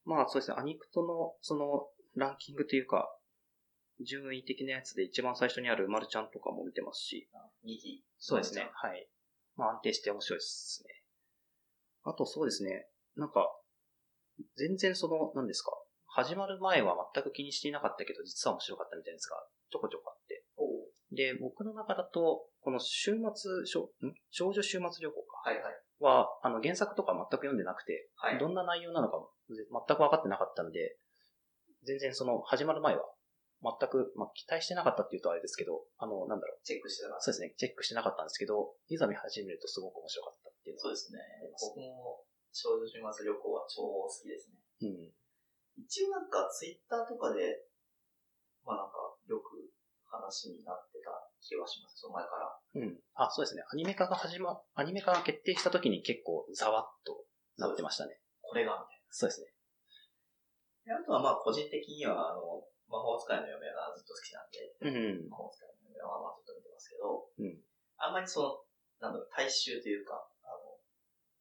Speaker 2: まあそうですね、アニクトの、その、ランキングというか、順位的なやつで一番最初にあるマルちゃんとかも見てますし、
Speaker 1: 二期。
Speaker 2: そうですね。。はい。まあ安定して面白いですね。あとそうですね。なんか、全然その、何ですか。始まる前は全く気にしていなかったけど、実は面白かったみたいなやつがちょこちょこあって。
Speaker 1: おう
Speaker 2: で、僕の中だと、この週末、しょん少女週末旅行か。
Speaker 1: はいはい。
Speaker 2: は、あの原作とか全く読んでなくて、
Speaker 1: はい。
Speaker 2: どんな内容なのかも全く分かってなかったので、全然その始まる前は、全く、まあ、期待してなかったっていうとあれですけど、あの、なんだろう。
Speaker 1: チェックしてたら。
Speaker 2: そうですね、チェックしてなかったんですけど、いざ見始めるとすごく面白かったっていうの
Speaker 1: そうですね。僕も少女週末旅行は超好きですね。
Speaker 2: うん。
Speaker 1: 一応なんかツイッターとかで、まあなんかよく話になってた気はします。その前から。
Speaker 2: うん。あ、そうですね。アニメ化が始ま、アニメ化が決定した時に結構ざわっとなってましたね。
Speaker 1: これがみたい
Speaker 2: そうですね。
Speaker 1: な。であとはまあ個人的には、あの、魔法使いの嫁がずっと好きなんで、
Speaker 2: うん。
Speaker 1: 魔法使いの嫁はまあずっと見てますけど、
Speaker 2: うん
Speaker 1: あんまりその、なんだろう、大衆というか、あの、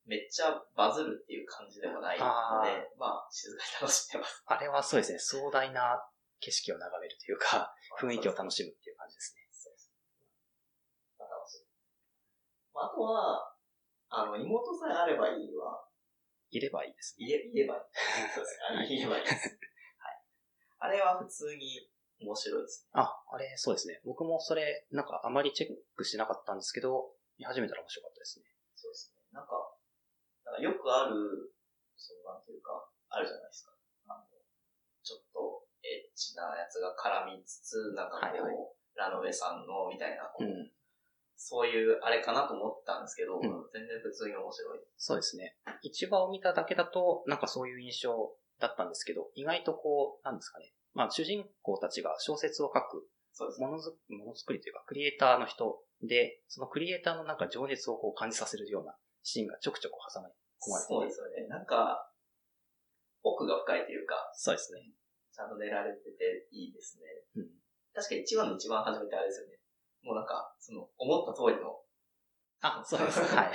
Speaker 1: めっちゃバズるっていう感じでもないので、まあ静かに楽しんでます。
Speaker 2: あれはそうですね、壮大な景色を眺めるというか、 雰囲気を楽しむっていう感じですね。
Speaker 1: まあ楽しいまああとは、あの、妹さえあればいいは、
Speaker 2: いればいいですね。
Speaker 1: いれ、いればいい。 そうですね。あれいればいいです。はい。あれは普通に面白いですね。
Speaker 2: あ、あれ、そうですね。僕もそれ、なんかあまりチェックしてなかったんですけど、見始めたら面白かったですね。
Speaker 1: そうですね。なんか、なんかよくある、その、なんていうか、あるじゃないですか。あの、ちょっと、エッチなやつが絡みつつ、なんかこう、
Speaker 2: はいはい
Speaker 1: ラノベさんの、みたいな、こう、
Speaker 2: ん。
Speaker 1: そういう、あれかなと思ってたんですけど、
Speaker 2: うん
Speaker 1: 全然普通に面白い。
Speaker 2: そうですね。一話を見ただけだと、なんかそういう印象だったんですけど、意外とこう、なんですかね。まあ、主人公たちが小説を書く、
Speaker 1: そうですね。
Speaker 2: ものづものづくりというか、クリエイターの人で、そのクリエイターのなんか情熱をこう感じさせるようなシーンがちょくちょく挟まれ込まれてて
Speaker 1: そうですよね。なんか、奥が深いというか、
Speaker 2: そうですね。
Speaker 1: ちゃんと寝られてていいですね。
Speaker 2: うん
Speaker 1: 確か一番の一番初めてあれですよね。もうなんか、その、思った通りの、
Speaker 2: あ、そうです。 はい。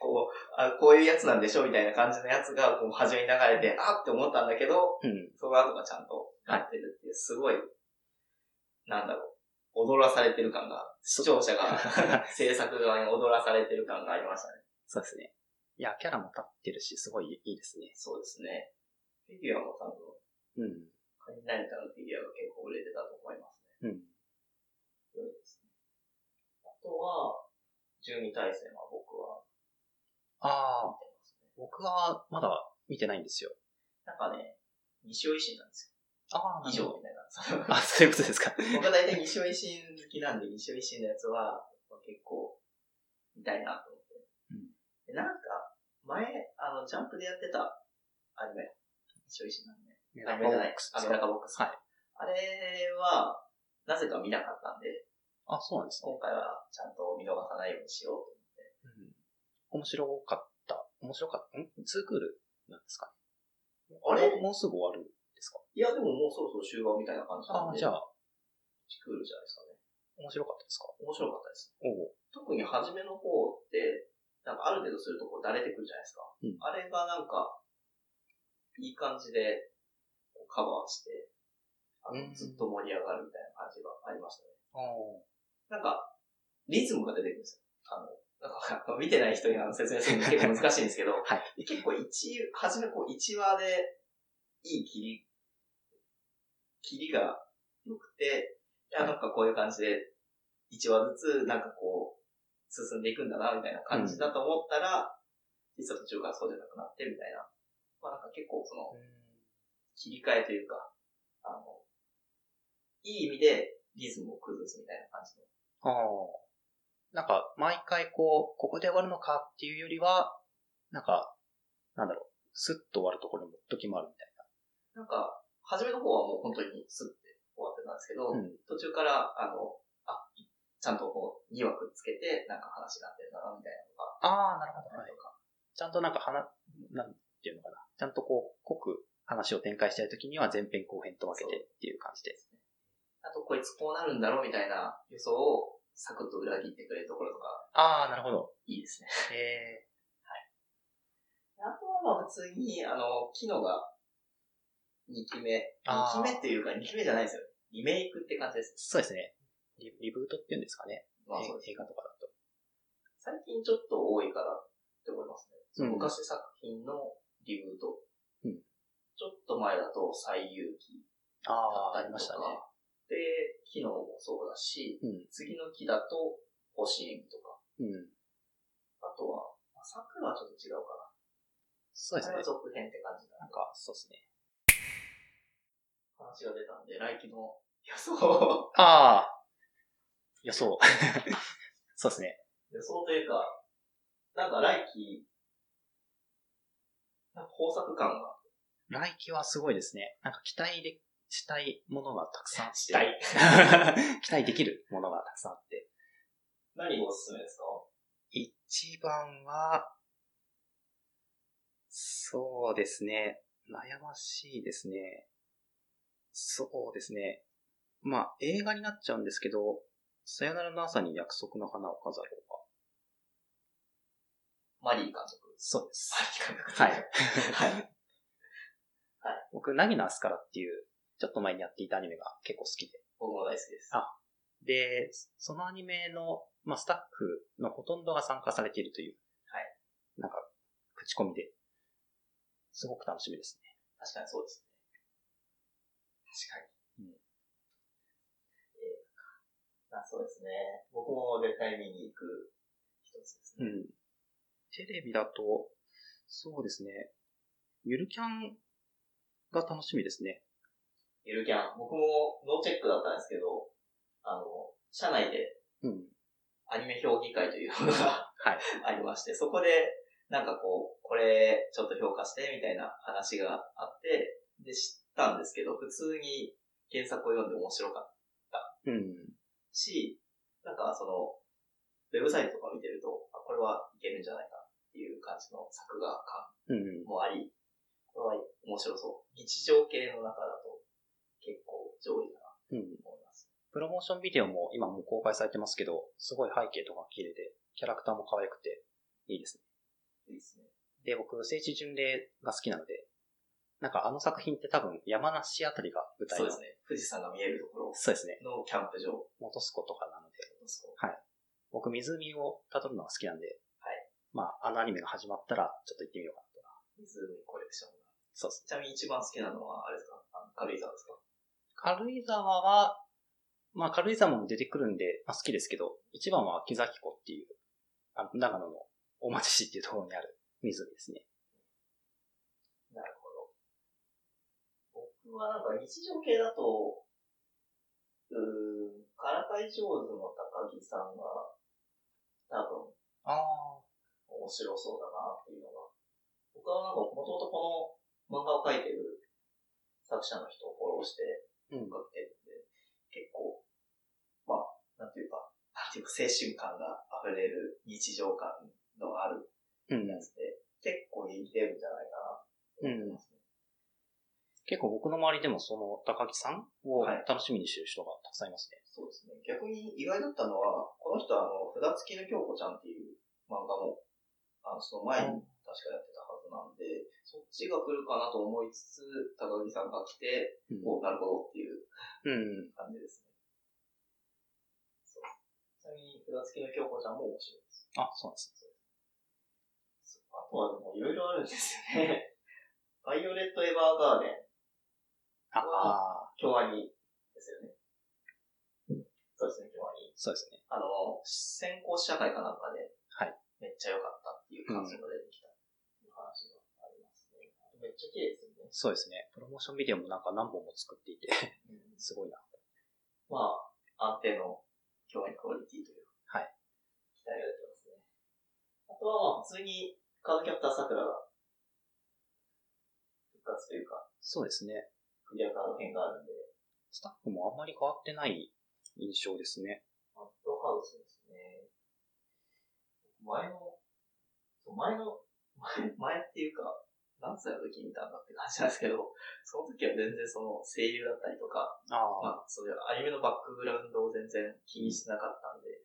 Speaker 1: こう、あ、こういうやつなんでしょみたいな感じのやつが、こう、初めに流れて、あって思ったんだけど、
Speaker 2: うん。
Speaker 1: その後がちゃんとなってるっていう、すごい、なんだろう、踊らされてる感が、視聴者が、 制作側に踊らされてる感がありましたね。
Speaker 2: そうですね。いや、キャラも立ってるし、すごいいいですね。
Speaker 1: そうですね。フィギュアも多分、
Speaker 2: うん。
Speaker 1: カニナリタのフィギュアが結構売れてたと思いますね。
Speaker 2: うん。
Speaker 1: そうですね。あとは、12対戦は僕は、
Speaker 2: ああ、僕はまだ見てないんですよ。
Speaker 1: なんかね、西尾維新なんです
Speaker 2: あ
Speaker 1: よ。以上みたいな。その
Speaker 2: あ、そういうことですか。
Speaker 1: 僕は大体西尾維新好きなんで、西尾維新のやつは、結構、見たいなと思って。
Speaker 2: うん
Speaker 1: でなんか、前、あの、ジャンプでやってたアニメ、西尾維新なんで、
Speaker 2: メ
Speaker 1: アニメじゃない、ア
Speaker 2: あ
Speaker 1: メダカボックス。
Speaker 2: はい
Speaker 1: あれは、なぜか見なかったんで、
Speaker 2: あ、そうなんですね。
Speaker 1: 今回はちゃんと見逃さないようにしようと。
Speaker 2: うん面白かった。面白かった。んツークールなんですか
Speaker 1: あれ
Speaker 2: もうもうすぐ終わるんですか
Speaker 1: いや、でももうそろそろ終盤みたいな感じな
Speaker 2: あ
Speaker 1: ん
Speaker 2: あ、
Speaker 1: で、
Speaker 2: じゃ
Speaker 1: あ、
Speaker 2: あ、
Speaker 1: クールじゃないですかね。
Speaker 2: 面白かったですか
Speaker 1: 面白かったです。
Speaker 2: おお
Speaker 1: 特に初めの方って、なんかある程度するとこう慣れてくるじゃないですか。
Speaker 2: うん
Speaker 1: あれがなんか、いい感じでこうカバーして、あの
Speaker 2: うん
Speaker 1: ずっと盛り上がるみたいな感じがありましたね。
Speaker 2: あ
Speaker 1: なんか、リズムが出てくるんですよ。あの、なんか見てない人にあの説明するの結構難しいんですけど、
Speaker 2: あ。はい。
Speaker 1: 結構一、初めこう一話で、いい切り、切りが良くて、いや、なんかこういう感じで、一話ずつ、なんかこう、進んでいくんだな、みたいな感じだと思ったら、実は途中からそうじゃなくなって、みたいな。まあなんか結構その、切り替えというか、あの、いい意味でリズムを崩すみたいな感じの。
Speaker 2: ああ。なんか、毎回こう、ここで終わるのかっていうよりは、なんか、なんだろう、スッと終わるところも時もあるみたい
Speaker 1: なんか、初めの方はもう本当にスッて終わってたんですけど、
Speaker 2: な。うん。
Speaker 1: 途中から、あの、あ、ちゃんとこう、2枠つけて、なんか話がなってるんだな、みたいなのが
Speaker 2: ああ、なるほど。
Speaker 1: あっ
Speaker 2: は
Speaker 1: た
Speaker 2: い
Speaker 1: り。とか、
Speaker 2: ちゃんとなんか、はな、なんていうのかな。ちゃんとこう、濃く話を展開したいときには前編後編と分けてっていう感じで。
Speaker 1: あとこいつこうなるんだろう、みたいな予想をサクッと裏切ってくれるところとか、
Speaker 2: ああ、なるほど。
Speaker 1: いいですね。
Speaker 2: へえ。
Speaker 1: あとはまあ普通に、あの、キノが、2期目。
Speaker 2: あー
Speaker 1: 2期目っていうか、2期目じゃないですよ。リメイクって感じです。
Speaker 2: そうですね。リリブートっていうんですかね。
Speaker 1: まあそうです。
Speaker 2: 映画とかだと。
Speaker 1: 最近ちょっと多いかなって思いますね。その
Speaker 2: うん
Speaker 1: 昔作品のリブート。
Speaker 2: うん
Speaker 1: ちょっと前だと、最遊記。
Speaker 2: ああ、
Speaker 1: だった
Speaker 2: あり
Speaker 1: り
Speaker 2: ま
Speaker 1: と
Speaker 2: し
Speaker 1: か
Speaker 2: たね。
Speaker 1: で、機能もそうだし、
Speaker 2: うん。
Speaker 1: 次の木だと、星演技とか、
Speaker 2: うん。
Speaker 1: あとは、まあ桜はちょっと違うか
Speaker 2: そうです
Speaker 1: な。あれ
Speaker 2: ね
Speaker 1: は。続編って感じだな
Speaker 2: な。
Speaker 1: ん
Speaker 2: か、そうですね。
Speaker 1: 話が出たんで、来期の予想 を、
Speaker 2: ああ。予想。 そうですね。
Speaker 1: 予想というか、なんか来期、なんか豊作感が、
Speaker 2: 来期はすごいですね。なんか期待で、したいものがたくさんあって。
Speaker 1: したい。
Speaker 2: 期待できるものがたくさんあって。
Speaker 1: 何がおすすめですか
Speaker 2: 一番は、そうですね。悩ましいですね。そうですね。まあ、映画になっちゃうんですけど、さよならの朝に約束の花を飾ろうか。
Speaker 1: マリー監督。
Speaker 2: そうです
Speaker 1: マリー監督。
Speaker 2: はい。
Speaker 1: はい。
Speaker 2: 僕、なぎのアスカラっていう、ちょっと前にやっていたアニメが結構好きで。
Speaker 1: 僕も大好きです。
Speaker 2: あで、そのアニメの、まあ、スタッフのほとんどが参加されているという、。
Speaker 1: はい
Speaker 2: なんか、口コミで、すごく楽しみですね。
Speaker 1: 確かにそうですね。確かに。
Speaker 2: う
Speaker 1: え
Speaker 2: ん
Speaker 1: えまあそうですね。僕も絶対見に行く一つですね。
Speaker 2: ん。テレビだと、そうですね。ゆるキャンが楽しみですね。
Speaker 1: ゆるキャン。僕もノーチェックだったんですけど、あの、社内で
Speaker 2: うん。
Speaker 1: アニメ評議会というものが
Speaker 2: はい。
Speaker 1: ありまして、そこで、なんかこう、これちょっと評価してみたいな話があって、で、知ったんですけど、普通に原作を読んで面白かった。
Speaker 2: うん。
Speaker 1: し、なんかその、ウェブサイトとか見てると、あこれはいけるんじゃないかっていう感じの作画感
Speaker 2: うん。
Speaker 1: もあり、これは面白そう。日常系の中だと、ちゃ多いな
Speaker 2: うん。
Speaker 1: と思います。
Speaker 2: プロモーションビデオも今もう公開されてますけど、すごい背景とか綺麗で、キャラクターも可愛くて、いいですね。
Speaker 1: いいですね。
Speaker 2: で、僕、聖地巡礼が好きなので、なんかあの作品って多分山梨あたりが舞台
Speaker 1: そう
Speaker 2: の。
Speaker 1: ですね。富士山が見えるところ
Speaker 2: そうですね。
Speaker 1: のキャンプ場を
Speaker 2: 元栖湖とかなので、
Speaker 1: そ
Speaker 2: 僕、湖を辿るのが好きなんで、
Speaker 1: はい
Speaker 2: まあ、あのアニメが始まったら、ちょっと行ってみようかな
Speaker 1: う
Speaker 2: と。
Speaker 1: 湖コレクションが。
Speaker 2: そうですね。
Speaker 1: ちなみに一番好きなのは、あれですかあの軽井沢ですか
Speaker 2: 軽井沢は、まあ、軽井沢も出てくるんで、まあ、好きですけど、一番は木崎湖っていう、あの長野の大町市っていうところにある湖ですね。
Speaker 1: なるほど。僕はなんか日常系だと、うーん、からかい上手の高木さんが、多分、
Speaker 2: ああ、
Speaker 1: 面白そうだなっていうのが。僕はなんか、もともとこの漫画を描いてる作者の人をフォローして
Speaker 2: う
Speaker 1: 描
Speaker 2: ん。
Speaker 1: ってるんで、結構、まあ、なんていうか、なんていうか、青春感が溢れる日常感のある
Speaker 2: うん。
Speaker 1: やつで、結構人気出るんじゃないかなと思ってますね。
Speaker 2: 結構僕の周りでもその高木さんを
Speaker 1: はい
Speaker 2: 楽しみにしてる人がたくさんいますね。
Speaker 1: そうですね。逆に意外だったのは、この人はあの、札付きの京子ちゃんっていう漫画も、あの、その前に確かやってたはずなんで、そっちが来るかなと思いつつ、高木さんが来て、
Speaker 2: う
Speaker 1: お
Speaker 2: ん。
Speaker 1: なるほどっていう
Speaker 2: うん。
Speaker 1: 感じですね。そうちなみに、札付きの京子ちゃんも面白いです。
Speaker 2: あ、そうなんです。
Speaker 1: そうあとはでもいろいろあるんですよね。 バイオレット・エヴァーガーデン、
Speaker 2: あ
Speaker 1: う
Speaker 2: あー、
Speaker 1: 京アニですよね。そうですね、京アニ。
Speaker 2: そうですね。
Speaker 1: あの、先行試写会かなんかで、
Speaker 2: はい
Speaker 1: めっちゃ良かったっていう感想が出てきたっていう話がありますね。めっちゃ綺麗ですよね。
Speaker 2: そうですね。プロモーションビデオもなんか何本も作ってい て、すごいな。
Speaker 1: まあ、安定の共演クオリティというか、
Speaker 2: はい。
Speaker 1: 期待が出てますね。あとはまあ、普通にカードキャプター桜が復活というか、
Speaker 2: そうですね。
Speaker 1: クリアカード編があるんで、
Speaker 2: スタッフもあんまり変わってない印象ですね。
Speaker 1: マッドハウスですね。前の、そう前の、前 前っていうか、何歳の時見たんだって感じなんですけど、その時は全然その声優だったりとか、
Speaker 2: ああ、
Speaker 1: まあ、そういうアニメのバックグラウンドを全然気にしてなかったんで、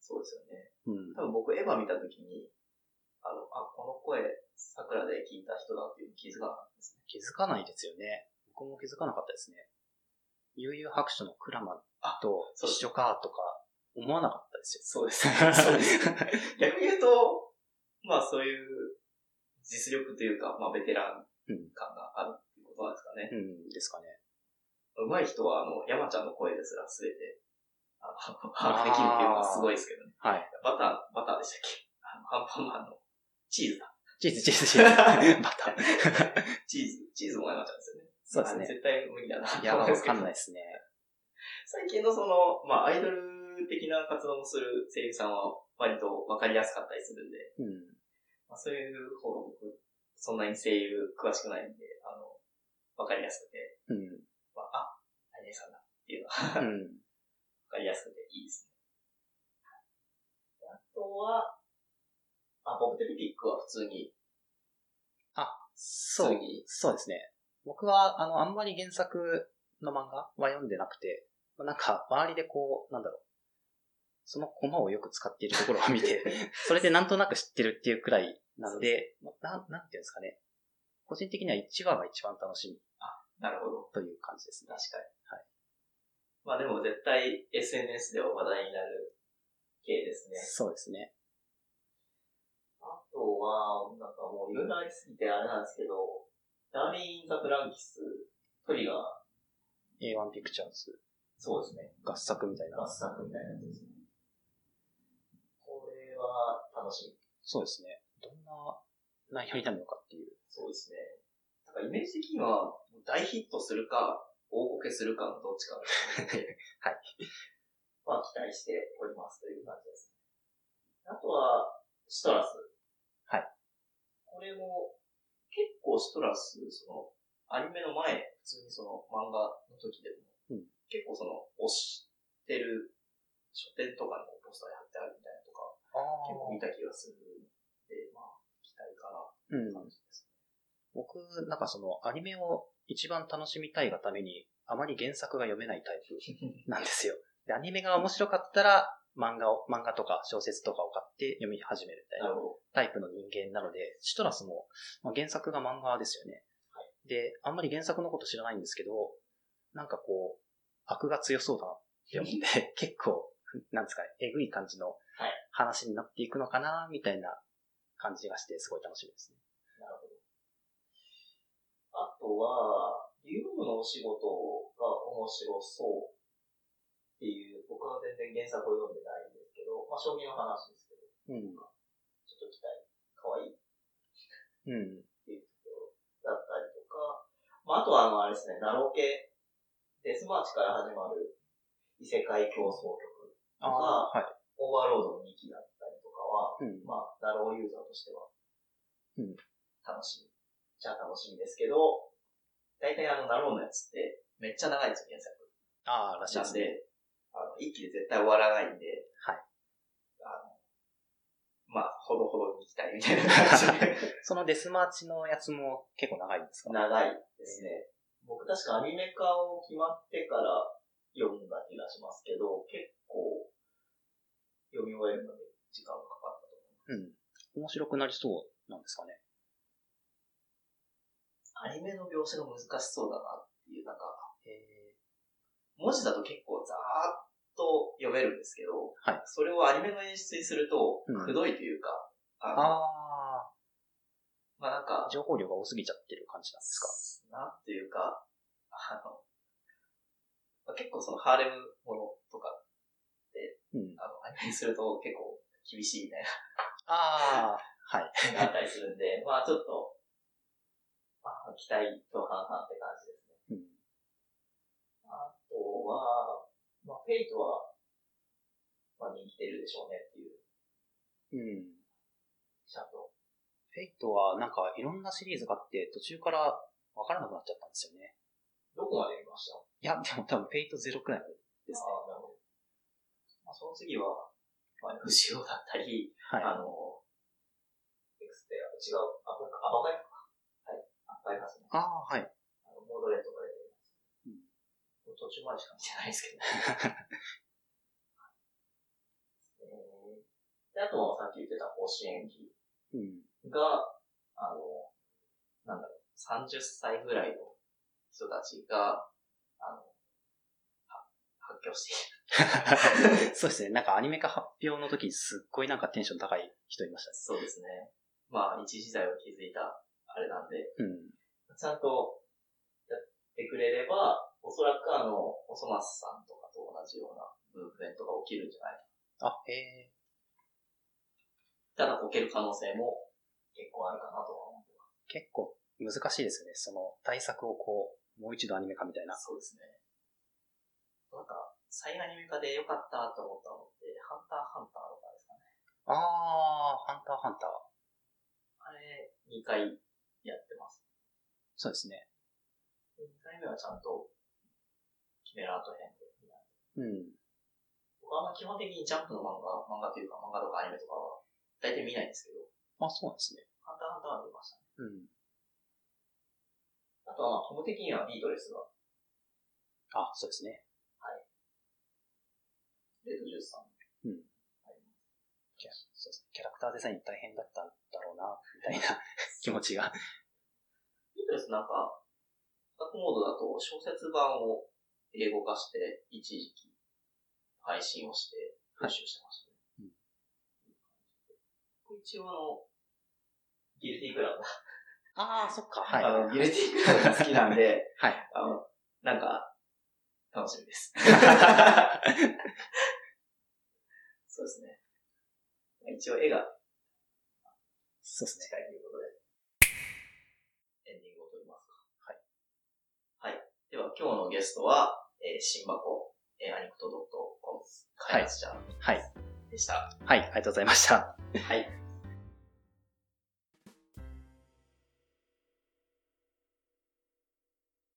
Speaker 1: そうですよね。
Speaker 2: うん。
Speaker 1: 多分僕エヴァ見た時に、あの、あ、この声、桜で聞いた人だっていうの気づかなかったですね。
Speaker 2: 気づかないですよね。僕も気づかなかったですね。悠々白書のクラマと
Speaker 1: そう
Speaker 2: 一緒かとか思わなかったですよ。
Speaker 1: そうです ね。そうですね。 逆に言うと、まあそういう実力というか、まあベテラン感があるっていうことなんですかね。
Speaker 2: うん、ですかね。
Speaker 1: 上手い人は、あの、山ちゃんの声ですら全て、あの、把握できるっていうのはすごいですけどね。
Speaker 2: はい。
Speaker 1: バター、バターでしたっけ あの、アンパンマンのチーズだ。
Speaker 2: チーズ、チーズ、 チーズ。 また。
Speaker 1: チーズ、チーズも山ちゃんですよね。
Speaker 2: そうですね
Speaker 1: あれ絶対無理だな。
Speaker 2: いや、わかんない
Speaker 1: い。
Speaker 2: ですね。
Speaker 1: 最近のその、まあアイドル的な活動もする声優さんは割とわかりやすかったりするんで、
Speaker 2: うん。
Speaker 1: まあ、そういう方が僕、そんなに声優詳しくないんで、あの、わかりやすくて、
Speaker 2: うん。
Speaker 1: まあ、あ、何々さんだっていうのは
Speaker 2: う
Speaker 1: わ
Speaker 2: ん。
Speaker 1: かりやすくていいですね。あとは、あ、僕テレピックは普通に、
Speaker 2: そ
Speaker 1: 普
Speaker 2: う
Speaker 1: 通に。
Speaker 2: そうですね。僕は、あの、あんまり原作の漫画は読んでなくて、まあなんか、周りでこう、なんだろう。そのコマをよく使っているところを 見て、それでなんとなく知ってるっていうくらいなので、まあなん、なんていうんですかね。個人的には1話が一番楽しみ
Speaker 1: なるほど。
Speaker 2: という感じですね
Speaker 1: 確。かに。はい。まあでも絶対 SNS では話題になる系ですね。
Speaker 2: そうですね。
Speaker 1: あとは、なんかもういろいろありすぎてあれなんですけど、ダーリン・ザ・フランキス、トリガー、
Speaker 2: A1 ピクチャーズ
Speaker 1: そうですね。
Speaker 2: 合作みたいな
Speaker 1: 合。作みたいなやつですね。これは楽しみ。
Speaker 2: そうですね。どんな内容になるのかっていう。
Speaker 1: そうですね。なんかイメージ的には、大ヒットするか、大コケするかのどっちかだと思うの で
Speaker 2: はい。
Speaker 1: まあ期待しておりますという感じですね。あとは、シトラス。
Speaker 2: はい。
Speaker 1: これも、結構シトラス、その、アニメの前、普通にその漫画の時でも、
Speaker 2: うん
Speaker 1: 結構その、推してる書店とかにもポスターやってあるみたいなとか、結構見た気がするんで、まあ、期待かなって
Speaker 2: うん。
Speaker 1: 感じです。
Speaker 2: 僕、なんかそのアニメを一番楽しみたいがために、あまり原作が読めないタイ プなんですよ。で、アニメが面白かったら、漫画を、漫画とか小説とかを買って読み始めるみたい
Speaker 1: な
Speaker 2: な
Speaker 1: るほ
Speaker 2: タイプの人間なので、シトラスも、まあ、原作が漫画ですよね。で、あんまり原作のこと知らないんですけど、なんかこう、悪が強そうだなって思って、 結構、なんですかね、えぐい感じの
Speaker 1: い
Speaker 2: 話になっていくのかな、みたいな感じがして、すごい楽しみですね。
Speaker 1: ど。あとは、竜のお仕事が面白そうっていう、僕は全然原作を読んでないんですけど、まあ、将棋の話ですけど、
Speaker 2: うん。
Speaker 1: ちょっと期待、可愛い
Speaker 2: うん。
Speaker 1: っていうところだったりとか、まあ、あとはあの、あれですね、ナロケ、デスマーチから始まる異世界競争曲、
Speaker 2: ああ、はい。
Speaker 1: オーバーロードの2期だったりとかは、
Speaker 2: うん。
Speaker 1: まあ、ナローユーザーとしては、
Speaker 2: うん
Speaker 1: 楽しみ。じゃあ楽しみですけど、大体あの、ナローのやつって、めっちゃ長いんですよ、原作。
Speaker 2: ああ、らしいで
Speaker 1: なん
Speaker 2: すね。
Speaker 1: で、あの、一気で絶対終わらないんで、
Speaker 2: はい。
Speaker 1: あの、まあ、ほどほどに行きたいみたいな感じで。
Speaker 2: そのデスマーチのやつも結構長いんですか
Speaker 1: 長いですね。僕確かアニメ化を決まってから読んだ気がしますけど、結構読み終えるまで時間がかかったと思
Speaker 2: うん。面白くなりそうなんですかね。
Speaker 1: う。アニメの描写が難しそうだなっていう、なんか、
Speaker 2: へ
Speaker 1: 文字だと結構ざーっと読めるんですけど、
Speaker 2: はい
Speaker 1: それをアニメの演出にすると
Speaker 2: うん、
Speaker 1: くどいというか、
Speaker 2: ー
Speaker 1: あの
Speaker 2: あ
Speaker 1: まあなんか
Speaker 2: あ、、情報量が多すぎちゃってる感じなんですか。
Speaker 1: なんていうか、あの、まあ結構そのハーレムものとか、
Speaker 2: うん。
Speaker 1: あの、アニメにすると結構厳しいみたいな
Speaker 2: ああ、はい。
Speaker 1: があったりするんで、 まあちょっと、まあ、期待と半々って感じですね。
Speaker 2: うん。
Speaker 1: あとは、まあ、フェイトは、まあ、人気出るでしょうねっていう、
Speaker 2: うん。
Speaker 1: ちゃんと。
Speaker 2: フェイトはなんかいろんなシリーズがあって途中からわからなくなっちゃったんですよね。
Speaker 1: どこまで見ました
Speaker 2: いや、でも多分フェイト0くらいまでですね。
Speaker 1: ああ、なるほど。まあ、その次は、まあ、藤尾だったり、
Speaker 2: はい。
Speaker 1: あの、エクスペア、違う、あ、これか、アバカイフか。はい。アバカイフですね。
Speaker 2: ああ、はい。
Speaker 1: あの、モードレートが出て
Speaker 2: う
Speaker 1: ま
Speaker 2: ん
Speaker 1: す。途中までしか見てないですけど。 えーで、あとはさっき言ってた甲子園期
Speaker 2: うん。
Speaker 1: が、あの、なんだろう、30歳ぐらいの人たちが、あの、は発狂している。
Speaker 2: そうですね。なんかアニメ化発表の時すっごいなんかテンション高い人いましたね。
Speaker 1: そうですね。まあ、一時代を築いた、あれなんで、
Speaker 2: うん。
Speaker 1: ちゃんとやってくれれば、おそらくあの、おそ松さんとかと同じようなムーブメントが起きるんじゃない
Speaker 2: あ、へえ。
Speaker 1: ただこける可能性も結構あるかなとは思ってま
Speaker 2: 結構難しいですよね。その対策をこう、もう一度アニメ化みたいな。
Speaker 1: す。そうですね。なんか、再アニメ化で良かったと思ったのって、ハンターハンターとかですかね。
Speaker 2: ああ、ハンターハンター。
Speaker 1: あれ、2回やってます。
Speaker 2: そうですね。
Speaker 1: 2回目はちゃんと、キメラアート編で。
Speaker 2: うん。
Speaker 1: 僕はあんま基本的にジャンプの漫画、漫画というか漫画とかアニメとかは、大体見ないんですけど、
Speaker 2: あ、そうなんですね。
Speaker 1: ハンターハンターは見ましたね。
Speaker 2: うん。
Speaker 1: あとは、まあ、友的にはビートレスが、
Speaker 2: あ、そうですね。
Speaker 1: レッドジュースさん。
Speaker 2: キャそうですねキャラクターデザイン大変だったんだろうな、みたいな 気持ちが。
Speaker 1: ビートレスなんか、オタクモードだと小説版を英語化して、一時期配信をして、
Speaker 2: はい
Speaker 1: 編集してましたね。僕一応あの、ギルティクラブ。
Speaker 2: ああ、そっか。はい。
Speaker 1: あの、ギルティクラブが好きなんで、
Speaker 2: はい。
Speaker 1: あの、なんか、楽しみです。そうですね。一応絵が
Speaker 2: そうですね。
Speaker 1: 近いということで、エンディングを取りますか。はい。はい。では、今日のゲストは、えー、新箱、えー、アニクトドットコム、開発者
Speaker 2: はい。
Speaker 1: でした。
Speaker 2: はい、ありがとうございました。
Speaker 1: はい。